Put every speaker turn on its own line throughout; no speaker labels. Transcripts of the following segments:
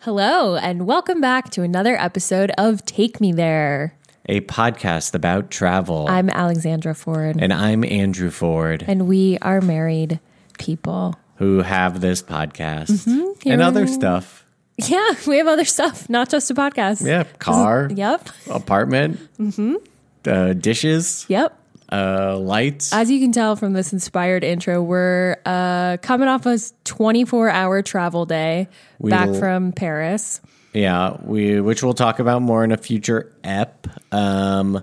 Hello, and welcome back to another episode of Take Me There.
a podcast about travel.
I'm Alexandra Ford,
and I'm Andrew Ford,
and we are married people.
who have this podcast and other stuff.
Yeah, we have other stuff, not just a podcast.
Yeah, car,
Yep.
apartment, uh, dishes,
Yep.
uh, lights.
As you can tell from this inspired intro, we're uh, coming off a 24 hour travel day back
We'll-
from Paris.
yeah, we which we'll talk about more in a future ep. Um,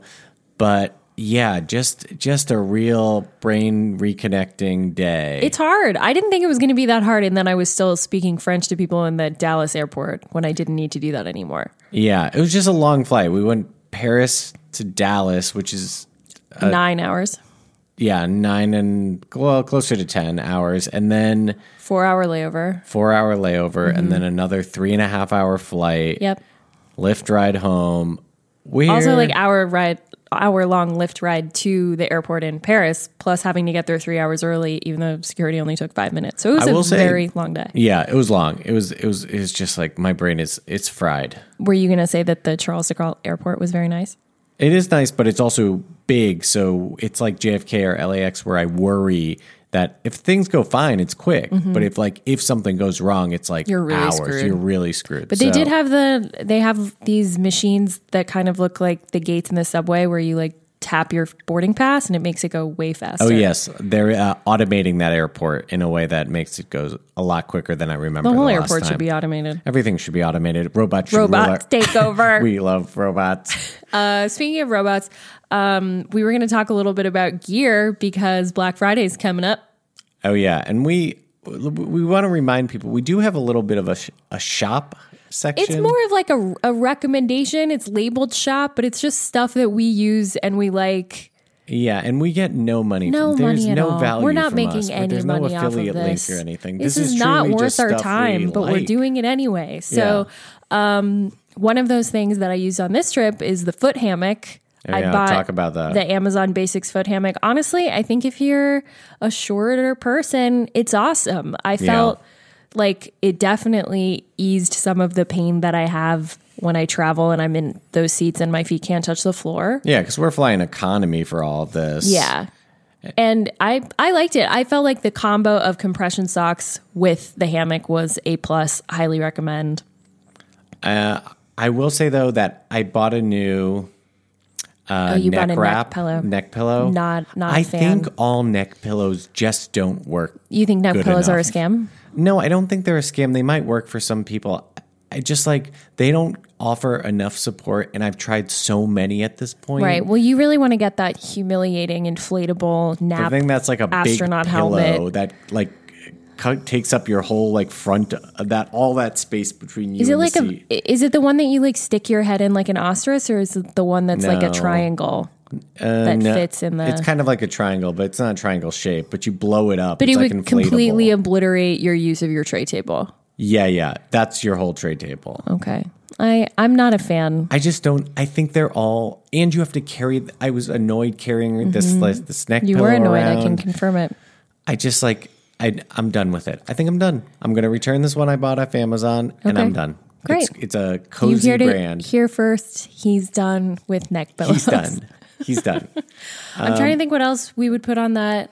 but yeah, just just a real brain reconnecting day.
It's hard. I didn't think it was going to be that hard. And then I was still speaking French to people in the Dallas airport when I didn't need to do that anymore.
yeah, it was just a long flight. We went Paris to Dallas, which is Uh,
Nine hours,
yeah, nine and well, closer to ten hours, and then
four hour layover.
four hour layover, and then another three and a half hour flight.
Mm-hmm. Yep.
Lift ride home. Weird.
Also, like hour ride, hour long lift ride to the airport in Paris, plus having to get there three hours early, even though security only took five minutes. So it was
I
a
will say-
very long day.
yeah, it was long. It was. It was. It was just like my brain is. It's fried.
Were you going to say that the Charles de Gaulle airport was very nice?
It is nice, but it's also big. So it's like JFK or LAX, where I worry that if things go fine, it's quick. But if like if something goes wrong, it's like
Mm-hmm. You're really
hours.
screwed.
You're really screwed.
But they did have the they have these machines that kind of look like the gates in the subway where you like tap your boarding pass and it makes it go way faster.
Oh yes, they're uh, automating that airport in a way that makes it go a lot quicker than I remember.
The whole
last
airport
time.
should be automated.
Everything should be automated. Robots should
Robots
rule
take over.
our- We love robots.
Uh, speaking of robots, um, we were going to talk a little bit about gear because Black Friday's coming up.
Oh yeah, and we we want to remind people we do have a little bit of a sh- a shop section.
It's more of like a, a recommendation. It's labeled shop, but it's just stuff that we use and we like.
yeah, and we get no money.
No
from, there's
money at
no
all.
Value
We're not
from
making
us, but
any
there's
money
no
off of
affiliate
this.
link or anything.
This,
This,
is, not
truly
worth
just
our
stuff we
time, but we're
like.
doing it anyway. So, um, one of those things that I used on this trip is the foot hammock. I
Yeah,
bought
talk about that.
the Amazon Basics foot hammock. Honestly, I think if you're a shorter person, it's awesome. I felt like it definitely eased some of the pain that I have when I travel and I'm in those seats and my feet can't touch the floor.
Yeah, because we're flying economy for all of this.
Yeah. And I I liked it. I felt like the combo of compression socks with the hammock was a plus. Highly recommend.
I will say though that I bought a new uh,
Oh, you bought
neck
a neck
wrap,
pillow.
Neck pillow.
Not- not a
I
fan.
think all neck pillows just don't work.
You think neck
Good
pillows are a
enough.
scam?
No, I don't think they're a scam. They might work for some people. I just like they don't offer enough support, and I've tried so many at this point.
Right. Well, you really want to get that humiliating inflatable
I
nap.
think that's like a
astronaut
big pillow
helmet.
that like cut, takes up your whole like front of that all that space between you.
Is it
and
like
the
a
seat.
is it the one that you like stick your head in like an ostrich or is it the one that's like a
No. Uh,
triangle that
No,
fits in the
It's kind of like a triangle, but it's not a triangle shape. But you blow it up.
But
it's
it
like
would completely
inflatable.
obliterate your use of your tray table.
Yeah, yeah. That's your whole trade table.
Okay. I I'm not a fan.
I just don't. I think they're all, and you have to carry. I was annoyed carrying this this, this neck
Mm-hmm. You
pillow
were annoyed,
around.
I can confirm it.
I just like. I, I'm done with it. I think I'm done. I'm going to return this one I bought off Amazon, and
Okay.
I'm done.
Great.
It's, it's a
You
cozy
heard it
brand.
here first. He's done with neck pillows.
He's done. He's done.
I'm trying to think what else we would put on that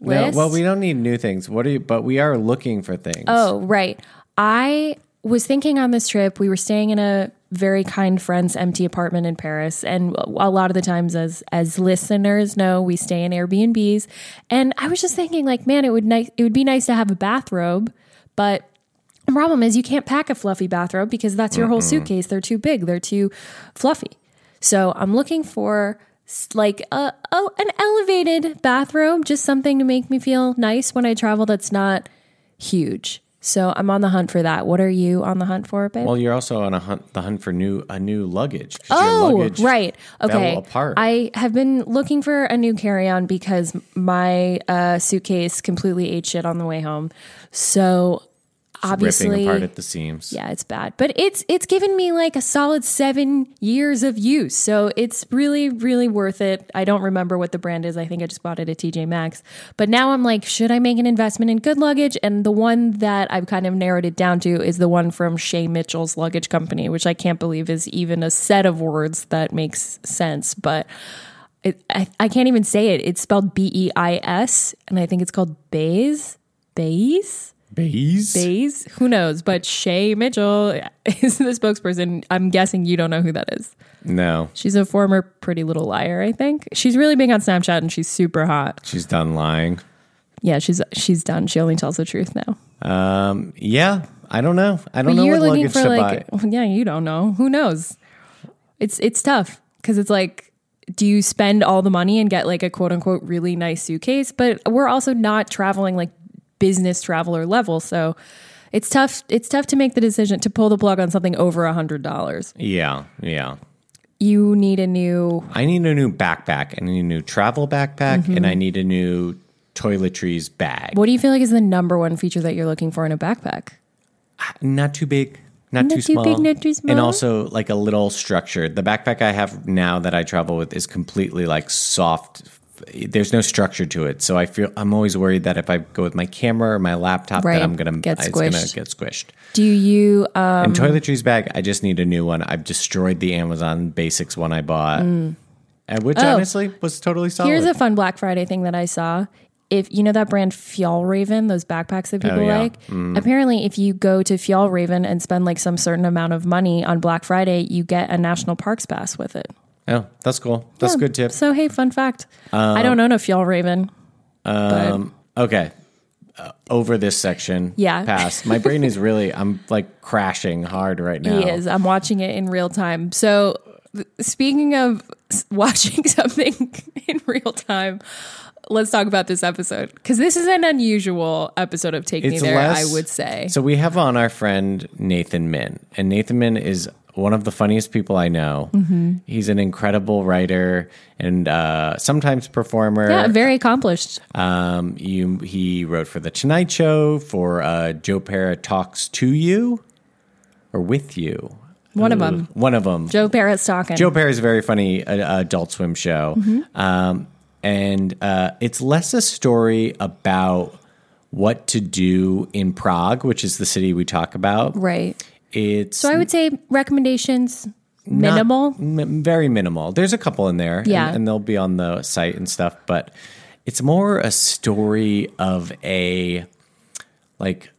No,
list.
well, we don't need new things. What are you? But we are looking for things.
oh, right. I was thinking on this trip, we were staying in a very kind friend's empty apartment in Paris, and a lot of the times, as as listeners know, we stay in Airbnbs. And I was just thinking, like, man, it would nice. It would be nice to have a bathrobe, but the problem is you can't pack a fluffy bathrobe because that's your whole suitcase. They're too big. They're too fluffy. So I'm looking for s- like a, a an elevated bathrobe, just something to make me feel nice when I travel. That's not huge. So I'm on the hunt for that. What are you on the hunt for, babe?
Well, you're also on a hunt, the hunt for new a new luggage. 'cause your
Oh,
luggage
right. Okay.
fell apart.
I have been looking for a new carry on because my uh, suitcase completely ate shit on the way home. So obviously
ripping apart at the seams.
yeah, it's bad. But it's it's given me like a solid seven years of use. So it's really, really worth it. I don't remember what the brand is. I think I just bought it at TJ Maxx. But now I'm like, should I make an investment in good luggage? And the one that I've kind of narrowed it down to is the one from Shea Mitchell's luggage company, which I can't believe is even a set of words that makes sense. But it, I, I can't even say it. It's spelled B E I S, and I think it's called Bays. Bays?
Bees?
days. Who knows? But Shay Mitchell is the spokesperson. I'm guessing you don't know who that is.
No,
She's a former Pretty Little Liar, I think. She's really big on Snapchat and she's super hot.
she's done lying.
Yeah, she's she's done. She only tells the truth now.
Um, yeah, I don't know. I don't know
You're
what
looking
luggage
for
to
like, yeah, you don't know. Who knows? It's it's tough because it's like, do you spend all the money and get like a quote unquote really nice suitcase? But we're also not traveling like business traveler level, so it's tough. It's tough to make the decision to pull the plug on something over a hundred dollars.
buy. Yeah, yeah.
you need a new
I need a new backpack. I need a new travel backpack,
Mm-hmm.
and I need a new toiletries bag.
what do you feel like is the number one feature that you're looking for in a backpack
Not too big, not,
Not
too,
too
small,
big, not too
and
small.
also like a little structured. The backpack I have now that I travel with is completely like soft. There's no structure to it, so I feel I'm always worried that if I go with my camera or my laptop,
Right.
that I'm gonna
Get
it's gonna
squished.
get squished.
do you um
And toiletries bag, I just need a new one. I've destroyed the Amazon Basics one I bought, and which honestly was totally solid.
Oh. here's a fun black friday thing that i saw if you know that brand Fjallraven, those backpacks that people
Oh, yeah. Mm.
like, apparently if you go to Fjallraven and spend like some certain amount of money on Black Friday, you get a national parks pass with it.
oh, that's cool. That's a good tip. Uh,
So hey, fun fact. I don't own a Fjallraven.
Um, okay. Uh, over this section.
Yeah.
Pass. My brain is really, I'm like crashing hard right now.
He is. I'm watching it in real time. So, th- speaking of s- watching something in real time, let's talk about this episode because this is an unusual episode of Take Me
It's
There.
less-
I would say.
So we have on our friend Nathan Min, and Nathan Min is one of the funniest people I know.
Mm-hmm.
He's an incredible writer and uh, sometimes performer.
yeah, very accomplished.
Um, you, he wrote for The Tonight Show, for uh, Joe Para Talks to You or With You.
One of 'em.
One of them.
Joe Barrett's talking.
Joe Perry's a very funny uh, Adult Swim show,
Mm-hmm.
um, and uh, it's less a story about what to do in Prague, which is the city we talk about.
right.
It's
So I would say recommendations
not-
minimal.
m- very minimal. There's a couple in there, and-
Yeah.
and, they'll be on the site and stuff. But it's more a story of a like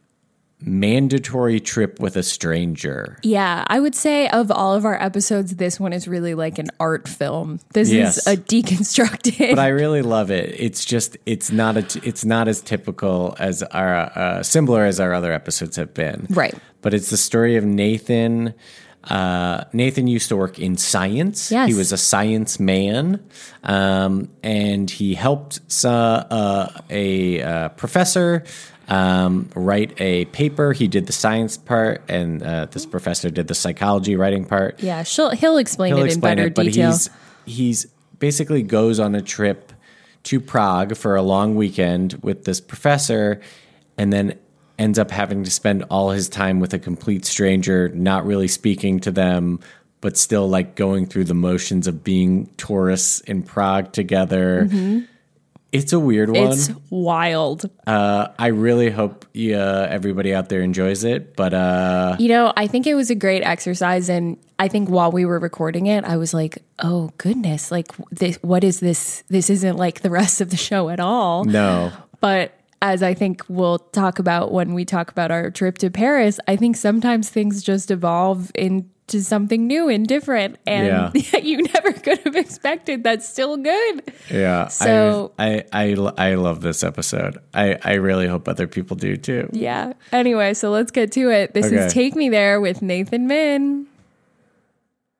mandatory trip with a stranger.
Yeah, I would say of all of our episodes, this one is really like an art film. This
Yes.
is a deconstructed.
but I really love it. It's just it's not a t- it's not as typical as our uh, similar as our other episodes have been.
Right.
But it's the story of Nathan. Uh, Nathan used to work in science.
Yes.
He was a science man, um, and he helped uh, uh, a uh, professor um, write a paper. He did the science part, and uh, this professor did the psychology writing part
yeah, she'll, he'll explain
he'll
it in
explain
better
it, but
detail.
he's he's basically goes on a trip to Prague for a long weekend with this professor, and then ends up having to spend all his time with a complete stranger, not really speaking to them, but still like going through the motions of being tourists in Prague together. It's a weird one.
Mm-hmm. it's wild.
uh, I really hope yeah, everybody out there enjoys it, but uh,
You know, I think it was a great exercise. And I think while we were recording it, I was like, oh, goodness, like, this, what is this? This isn't like the rest of the show at all.
no.
But as I think we'll talk about when we talk about our trip to Paris, I think sometimes things just evolve into something new and different. And you never could have expected. That's still good.
Yeah.
So-
I, I, I, I love this episode. I, I really hope other people do too.
Yeah. Anyway, so let's get to it. This
Okay.
is Take Me There with Nathan Min.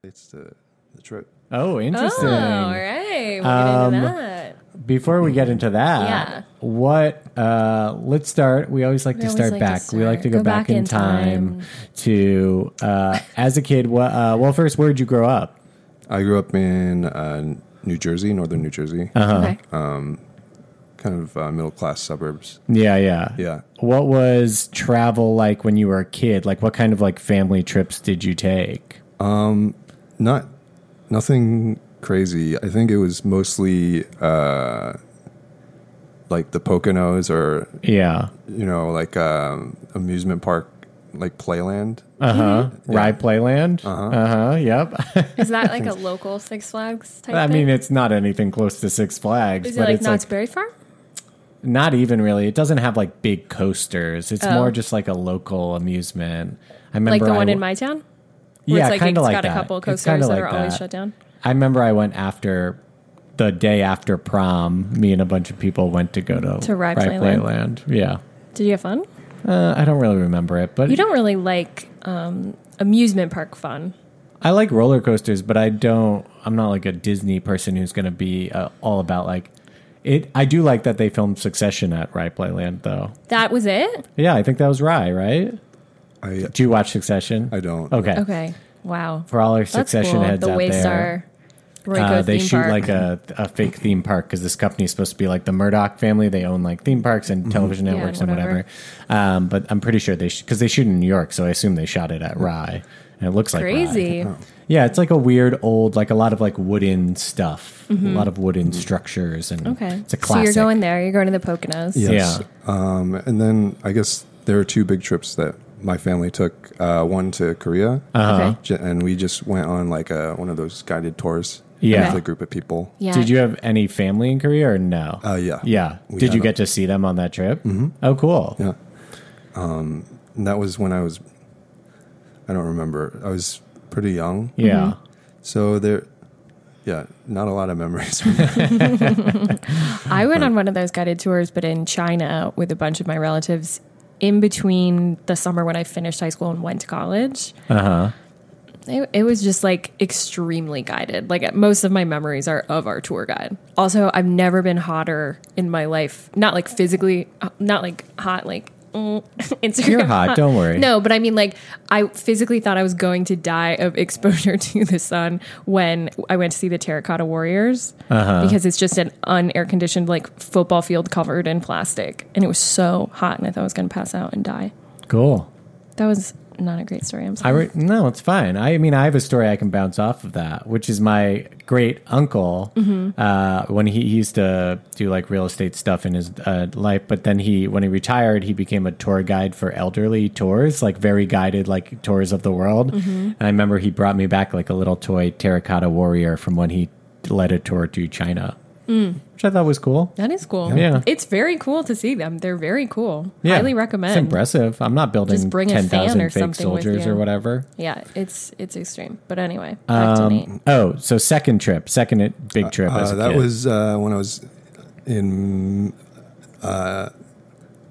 It's the, the trip.
Oh, interesting.
Oh, all right. We'll get into
Um,
that.
Before we get into that,
Yeah.
what, uh, let's start. We always like to
always
start
like to
back. We like
start-
to go, back, in time, to, uh, as a kid, what, uh, well, first, where'd you grow up? Uh-huh.
I grew up in uh, New Jersey, northern New Jersey.
Okay.
Kind kind of uh, middle class suburbs.
Yeah, yeah.
Yeah.
What was travel like when you were a kid? Like what kind of like family trips did you take?
Not nothing crazy. I think it was mostly uh, like the Poconos or
Yeah.
you know like um, amusement park like Playland.
Uh-huh.
Mm-hmm.
Rye Playland? Uh-huh. Yep.
Is that like a local Six Flags type?
I mean,
thing?
it's not anything close to Six Flags,
is it
but
like
it's
Knott's
like
Berry Farm?
not even really. It doesn't have like big coasters. It's
Oh.
more just like a local amusement. I remember
Like the
I
one in
w-
my town? Where
yeah,
it's like
kind
it's
of like
got
that.
a couple of
It's kinda
coasters that
like
are always
that.
shut down.
I remember I went after the day after prom. Me and a bunch of people went to go to,
To Rye
Playland.
Playland.
Yeah,
Did you have fun?
uh, I don't really remember it, but
You don't really like um, amusement park fun.
I like roller coasters, but I don't. I'm not like a Disney person who's going to be uh, all about like it. I do like that they filmed Succession at Rye Playland, though.
That was it?
Yeah, I think that was Rye, right?
I
Do you watch Succession?
I don't.
Okay.
Okay. Wow.
For all our Succession
That's cool.
heads
the
out there,
Waystar Royco
uh, they
theme
shoot
park.
like a, a fake theme park because this company is supposed to be like the Murdoch family. They own like theme parks
Mm-hmm.
and television
Yeah,
networks and whatever.
whatever.
Um, but I'm pretty sure they because they shoot in New York, so I assume they shot it at Rye, and it looks like Rye.
crazy.
Oh.
Yeah, it's like a weird old, like a lot of like wooden stuff, a lot of wooden structures, and
Mm-hmm. Okay.
it's a
so
classic.
you're going there. You're going to the Poconos.
Yes.
Yeah.
Um, and then I guess there are two big trips that my family took. Uh, one to Korea,
Uh-huh.
Okay.
j- and we just went on like a, one of those guided tours
Yeah.
with a group of people.
Yeah.
Did you have any family in Korea or no?
Uh, yeah.
yeah.
We
Did
had
you
a-
get to see them on that trip? Mm-hmm. Oh, cool.
Yeah. Um, and that was when I was, I don't remember. I was pretty young.
Yeah.
Mm-hmm.
So there, yeah, not a lot of memories. Uh,
I went on one of those guided tours, but in China with a bunch of my relatives in between the summer when I finished high school and went to college. Uh huh. It, it was just like extremely guided. Like most of my memories are of our tour guide. Also, I've never been hotter in my life. Not like physically, uh, not like hot, like. mm, Instagram
You're hot, don't worry.
No, but I mean, like, I physically thought I was going to die of exposure to the sun when I went to see the Terracotta Warriors
Uh-huh.
because it's just an unair conditioned like football field covered in plastic, and it was so hot, and I thought I was going to pass out and die.
Cool.
That was not a great story. I'm
I
sorry.
re- no, it's fine. I mean, I have a story I can bounce off of that, which is my great uncle.
Mm-hmm.
Uh, when he, he used to do like real estate stuff in his uh, life, but then he when he retired, he became a tour guide for elderly tours, like very guided like tours of the world.
Mm-hmm.
And I remember he brought me back like a little toy terracotta warrior from when he led a tour to China,
Mm.
which I thought was cool.
that is cool.
Yeah.
it's very cool to see them. They're very cool. Highly
It's
recommend.
impressive. I'm not building
Just bring a
ten
fan or
thousand fake
something with
soldiers
you.
or whatever.
yeah, it's it's extreme. But anyway, back
Um,
to Nate.
Oh, so second trip, second i- big trip. as
Uh,
a
that
kid.
was uh, when I was in. Uh,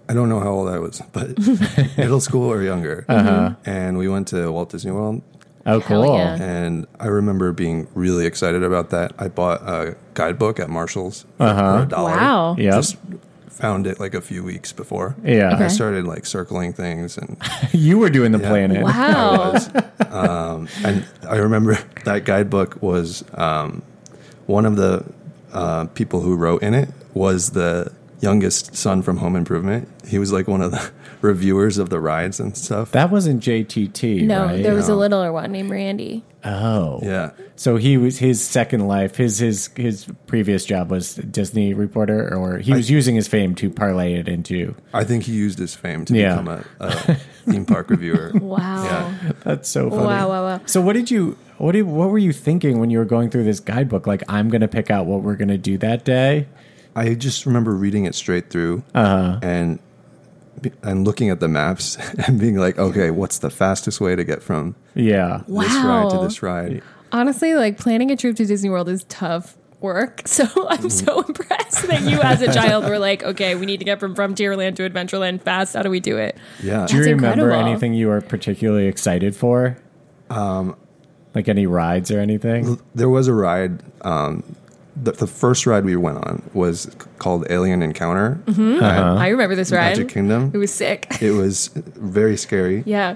I don't know how old I was, but middle school or younger.
Uh-huh.
And we went to Walt Disney World,
oh
Hell
cool.
yeah.
and I remember being really excited about that. I bought a guidebook at Marshalls for a dollar.
Wow.
Uh-huh. Yep.
Just found it like a few weeks before.
Yeah,
I
Okay.
started like circling things, and
you were doing the planet.
Wow.
and I remember that guidebook was um, one of the uh, people who wrote in it was the youngest son from Home Improvement. He was like one of the reviewers of the rides and stuff.
That wasn't JTT.
no,
right?
there was a littler one named Randy.
oh,
yeah,
So he was his second life. His his his previous job was Disney reporter, or he was using his fame to parlay it into.
I think he used his fame to
Yeah.
become a, a theme park reviewer.
Wow.
Yeah.
That's so funny.
Wow, wow, wow.
So what did you what did what were you thinking when you were going through this guidebook? Like I'm gonna pick out what we're gonna do that day.
I just remember reading it straight through
Uh-huh.
and be- and looking at the maps and being like, okay, what's the fastest way to get from
Yeah.
this ride to
Wow.
this ride?
Honestly, like planning a trip to Disney World is tough work. So I'm so impressed that you, as a child, were like, okay, we need to get from Frontierland to Adventureland fast. How do we do it?
Yeah.
Do you
That's
remember
incredible.
anything you were particularly excited for? Um, like any rides or anything?
There was a ride. Um, the, the first ride we went on was c- called Alien Encounter at
Uh-huh.
I remember this Mm-hmm. ride.
Magic Kingdom.
It was sick.
It was very scary,
yeah.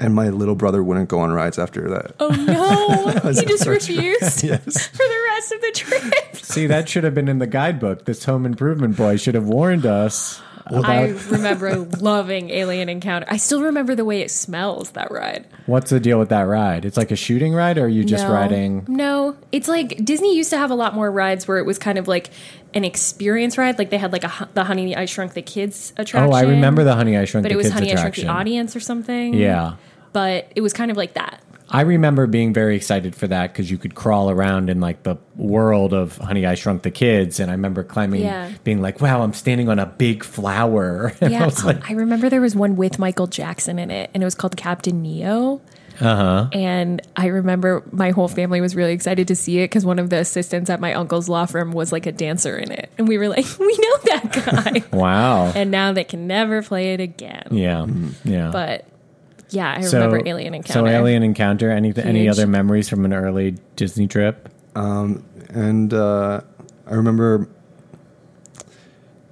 and my little brother wouldn't go on rides after that.
oh no,
was
he
the
just
first
refused
Yes,
for the rest of the trip.
See, that should have been in the guidebook. This home improvement boy should have warned us.
I remember loving Alien Encounter. I still remember the way it smells that ride.
What's the deal with that ride? It's like a shooting ride, or are you just
No.
riding?
No, it's like Disney used to have a lot more rides where it was kind of like an experience ride. Like they had like a hu- the Honey I Shrunk the Kids attraction.
Oh, I remember the Honey I Shrunk
but
the
it was
Kids
Honey I
attraction.
Shrunk the Audience or something.
Yeah.
but it was kind of like that.
I remember being very excited for that because you could crawl around in like the world of Honey, I Shrunk the Kids, and I remember climbing,
Yeah.
being like, "Wow, I'm standing on a big flower." And I
Yeah,
was like,
I remember there was one with Michael Jackson in it, and it was called Captain Neo. Uh
Uh-huh.
huh. And I remember my whole family was really excited to see it because one of the assistants at my uncle's law firm was like a dancer in it, and we were like, "We know that guy."
"Wow,
and now they can never play it again.
yeah, yeah."
But yeah, I remember Alien Encounter.
So Alien Encounter. Any any
Huge.
other memories from an early Disney trip?
and uh, I remember,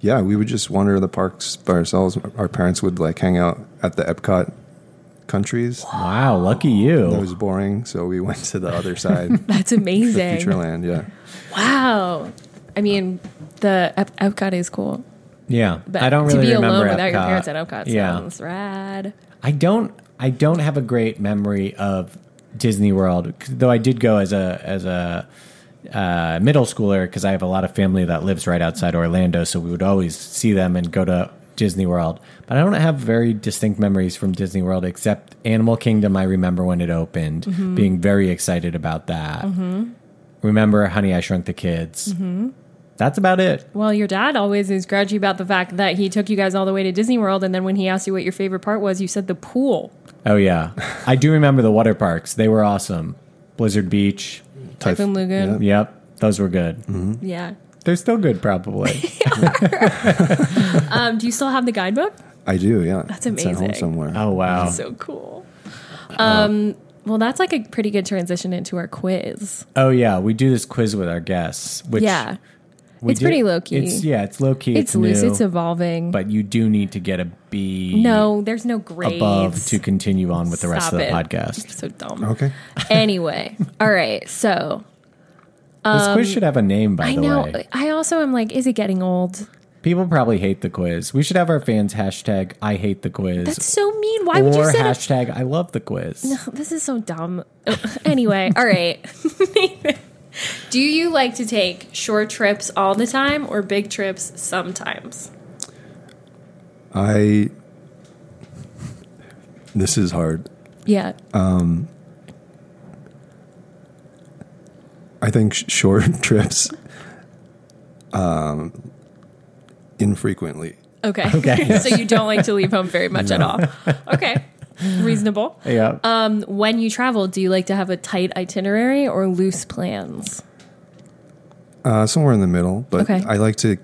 yeah, we would just wander the parks by ourselves. Our parents would like hang out at the Epcot countries.
Wow, lucky
That
you.
was boring, so we went to the other side,
That's
the
amazing.
Futureland. Yeah,
Wow. I mean, the Ep- Epcot is cool,
Yeah,
but
I don't really
to be
remember
alone without your
Epcot.
parents at Epcot
Yeah,
sounds rad.
I don't. I don't have a great memory of Disney World, c- though I did go as a as a uh, middle schooler because I have a lot of family that lives right outside Orlando, so we would always see them and go to Disney World. But I don't have very distinct memories from Disney World except Animal Kingdom. I remember when it opened,
Mm-hmm.
being very excited about that. Remember Honey, I Shrunk the Kids.
Mm-hmm.
That's about it.
Well, your dad always is grouchy about the fact that he took you guys all the way to Disney World, and then when he asked you what your favorite part was, you said the pool.
Oh yeah, I do remember the water parks. They were awesome. Blizzard Beach.
Typhoon Lagoon.
Yep, those were good.
Yeah.
They're still good, probably.
Um, do you still have the guidebook?
I do. Yeah, that's It's at
amazing.
home somewhere.
oh wow,
So cool. Um, well, that's like a pretty good transition into our quiz.
oh yeah, we do this quiz with our guests, which
yeah.
we
it's pretty low-key.
It's yeah, it's low key.
It's,
It's,
loose.
new,
It's evolving.
but you do need to get a B.
No, there's no grades.
above to continue on with the rest
Stop
of the
it.
podcast.
So dumb.
Okay.
Anyway, all right. So
this quiz should have a name, by
Um, I
the
know. uh,
way.
I also am like, is it getting old?
People probably hate the quiz. We should have our fans hashtag I hate the quiz
That's so mean. Why would you
or
say
hashtag I love the quiz.
this is so dumb? anyway, all right. Do you like to take short trips all the time or big trips sometimes?
I. This is hard.
Yeah.
I think sh- short trips, um, infrequently.
Okay.
Okay.
so you don't like to leave home very much at all. Okay. Reasonable.
Yeah.
Um, when you travel, do you like to have a tight itinerary or loose plans?
Uh, somewhere in the middle, but
Okay.
I like to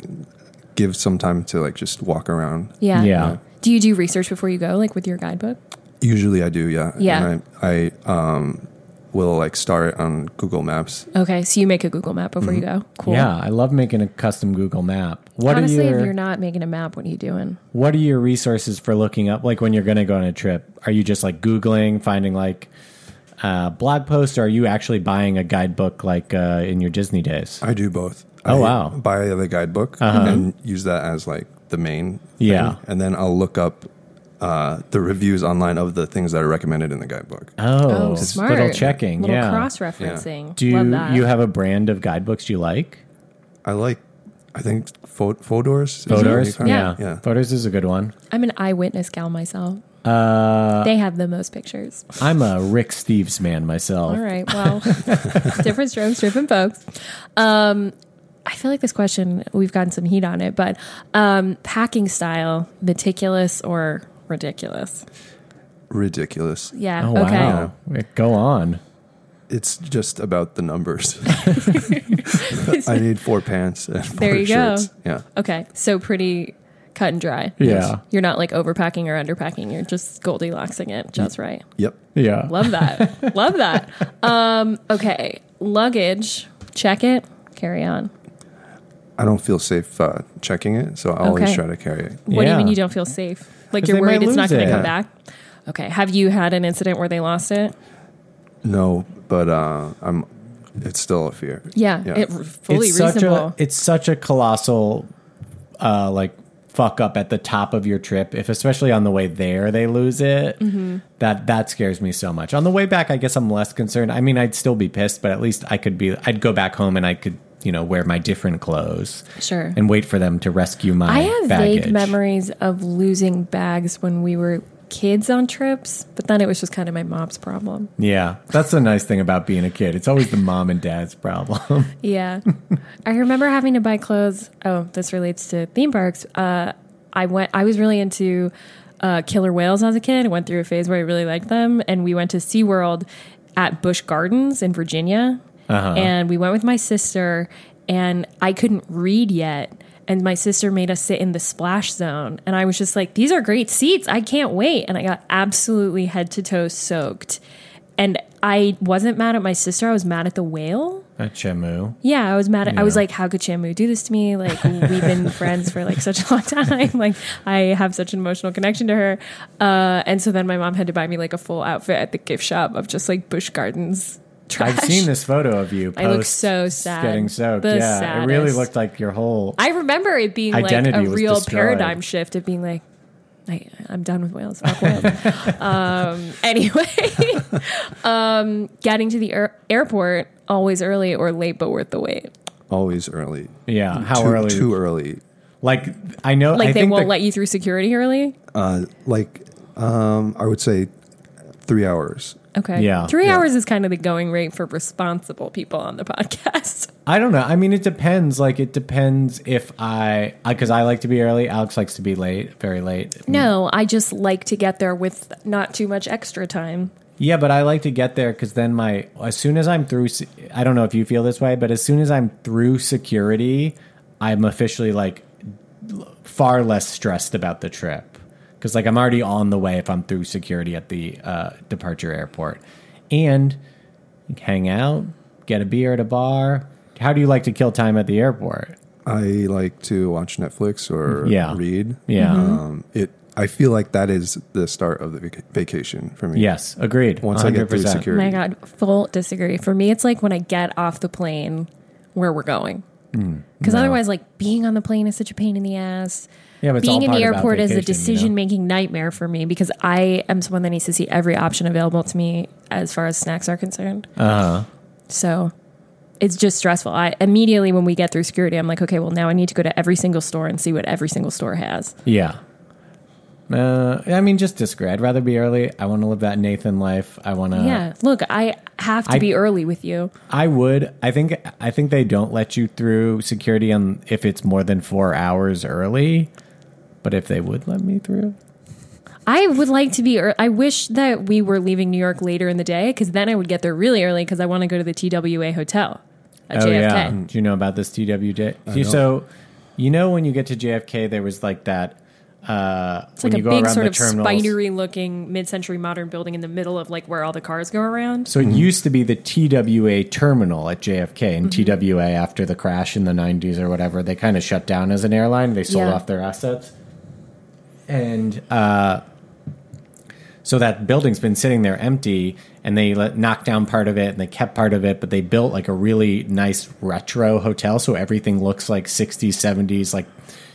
give some time to like just walk around.
Yeah.
yeah.
Do you do research before you go, like with your guidebook?
Usually I do, yeah.
Yeah.
And I, I um, will like start on Google Maps.
Okay, so you make a Google map before you go. Cool.
Mm-hmm. Yeah, I love making a custom Google map. What
Honestly,
are your
if you're not making a map, what are you doing?
what are your resources for looking up like when you're going to go on a trip are you just like googling finding like uh, blog posts or are you actually buying a guidebook like uh, in your disney days
I do both.
Oh,
I
wow. Uh-huh.
Buy the guidebook and use that as like the main.
Yeah.
thing. And then I'll look up uh, the reviews online of the things that are recommended in the guidebook.
oh,
smart.
little checking
Little
yeah
cross referencing.
do
Love
you,
that.
you have a brand of guidebooks you like
I like, I think Fo- Fodor's. is that what you
photos
call it?
yeah.
Yeah.
photos is a good one
I'm an eyewitness gal myself.
uh,
They have the most pictures.
i'm a rick steves man myself
All right. Well, different strokes, different folks. Um, I feel like this question we've gotten some heat on it, but um, packing style, meticulous or ridiculous?
Ridiculous.
Yeah.
oh
okay.
wow go on
It's just about the numbers. I need four pants and four
There you go.
shirts. Yeah.
Okay. So pretty cut and dry.
Yeah.
You're not like overpacking or underpacking. You're just Goldilocksing it just right.
Yep.
yeah
Love that. Love that. Um, okay. Luggage. Check it. Carry on.
I don't feel safe uh, checking it, so I always
Okay.
try to carry it.
What do you
Yeah.
mean you don't feel safe? Like
'Cause
you're
they might
worried it's not
lose
going to
it.
come
Yeah.
back? Okay. Have you had an incident where they lost it?
No, but uh, I'm it's still a fear.
Yeah,
Yeah.
it r- fully
it's such
reasonable.
a it's such a colossal uh like fuck up at the top of your trip if especially on the way there they lose it
Mm-hmm.
that that scares me so much on the way back i guess i'm less concerned i mean i'd still be pissed but at least i could be i'd go back home and i could you know wear my different clothes
Sure.
and wait for them to rescue my
I have
baggage.
vague memories of losing bags when we were kids on trips, but then it was just kind of my mom's problem.
yeah that's the nice thing about being a kid it's always the mom and dad's problem
Yeah. I remember having to buy clothes. Oh, this relates to theme parks. Uh, I went. I was really into uh, killer whales as a kid. I went through a phase where I really liked them, and we went to SeaWorld at Busch Gardens in Virginia, and we went with my sister. And I couldn't read yet, and my sister made us sit in the splash zone, and I was just like, "These are great seats. I can't wait!" And I got absolutely head to toe soaked. And I wasn't mad at my sister. I was mad at the whale.
at Chemu.
Yeah, I was mad. At, I was
Yeah.
like, "How could Shamu do this to me? Like, we've been friends for like such a long time. Like, I have such an emotional connection to her." Uh, and so then my mom had to buy me like a full outfit at the gift shop of just like Bush Gardens trash.
I've seen this photo of you.
I look
post
so sad.
Getting soaked.
The
yeah, it really
saddest.
looked like your whole
I remember it being
Identity
like a
was
real
destroyed.
paradigm shift of being like, I, I'm done with whales. Fuck whales. um, anyway, um, getting to the air- airport always early or late, but worth the wait.
Always early.
Yeah, how
too,
early?
Too early.
Like I know.
Like
I
they
think
won't
the-
let you through security early.
Uh, like um, I would say three hours.
Okay.
Yeah.
Three
Yeah.
hours is kind of the going rate for responsible people on the podcast.
I don't know. I mean, it depends. Like it depends if I because I, like to be early. Alex likes to be late, very late.
No, I just like to get there with not too much extra time.
Yeah, but I like to get there because then my as soon as I'm through, se- I don't know if you feel this way, but as soon as I'm through security, I'm officially like l- far less stressed about the trip because like I'm already on the way if I'm through security at the uh, departure airport, and hang out, get a beer at a bar. How do you like to kill time at the airport?
I like to watch Netflix or
Yeah.
read.
Yeah.
Um, it. I feel like that is the start of the vac- vacation for me.
Yes, agreed.
Once I get through
100%.
security.
My God, full disagree. For me, it's like when I get off the plane where we're going. Because otherwise, like being on the plane is such a pain in the ass.
Yeah, but it's all
being in the
part about
airport is a
vacation, you know?
decision making nightmare for me because I am someone that needs to see every option available to me as far as snacks are concerned.
Uh-huh.
So it's just stressful. I immediately when we get through security, I'm like, okay, well now I need to go to every single store and see what every single store has.
Yeah. Uh, I mean, just disagree. I'd rather be early. I want to live that Nathan life. I want to.
yeah. Look, I have to
Uh-huh. I-
be early with you.
I would. I think. I think they don't let you through security on if it's more than four hours early. But if they would let me through,
I would like to be ear I wish that we were leaving New York later in the day because then I would get there really early because I want to go to the TWA hotel at
oh
JFK.
yeah. Do you know about this TWJ? So, you know when you get to JFK, there was like that. Uh,
It's
when
like a
you go
big
around
sort
the
of
terminals,
spidery looking mid century modern building in the middle of like where all the cars go around.
So it used to be the TWA terminal at JFK,
Mm-hmm.
and TWA after the crash in the '90s or whatever, they kind of shut down as an airline. They sold
Yeah.
off their assets, and uh, so that building's been sitting there empty. And they let, knocked down part of it, and they kept part of it, but they built like a really nice retro hotel, so everything looks like '60s, '70s, like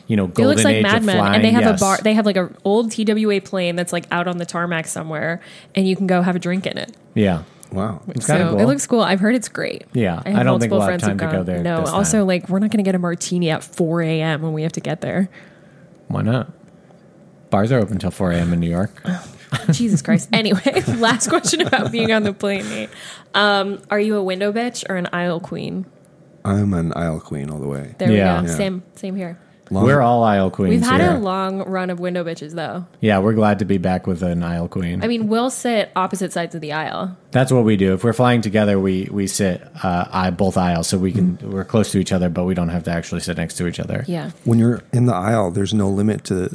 you know,
It
golden
looks like
age
Mad
of
Men,
flying.
and they have
Yes.
a bar. They have like an old TWA plane that's like out on the tarmac somewhere, and you can go have a drink in it.
yeah,
Wow.
it's kind of
so
cool.
it looks cool. I've heard it's great.
Yeah,
have
I don't think
multiple
we'll have
friends who've
time to go
gone.
there
No,
this
also
time.
like we're not going to get a martini at 4 a.m. when we have to get there.
Why not? Bars are open till 4 a.m. in New York.
Jesus Christ. Anyway, last question about being on the plane. Nate. Um, are you a window bitch or an aisle queen?
I'm an aisle queen all the way.
There
Yeah.
we go.
Yeah.
Same, same here.
Long-
We're all aisle queens
We've had
here.
a long run of window bitches though.
yeah, we're glad to be back with an aisle queen.
I mean, we'll sit opposite sides of the aisle.
That's what we do. If we're flying together, we we sit uh, I both aisles, so we can we're close to each other, but we don't have to actually sit next to each other.
Mm-hmm. Yeah.
when you're in the aisle, there's no limit to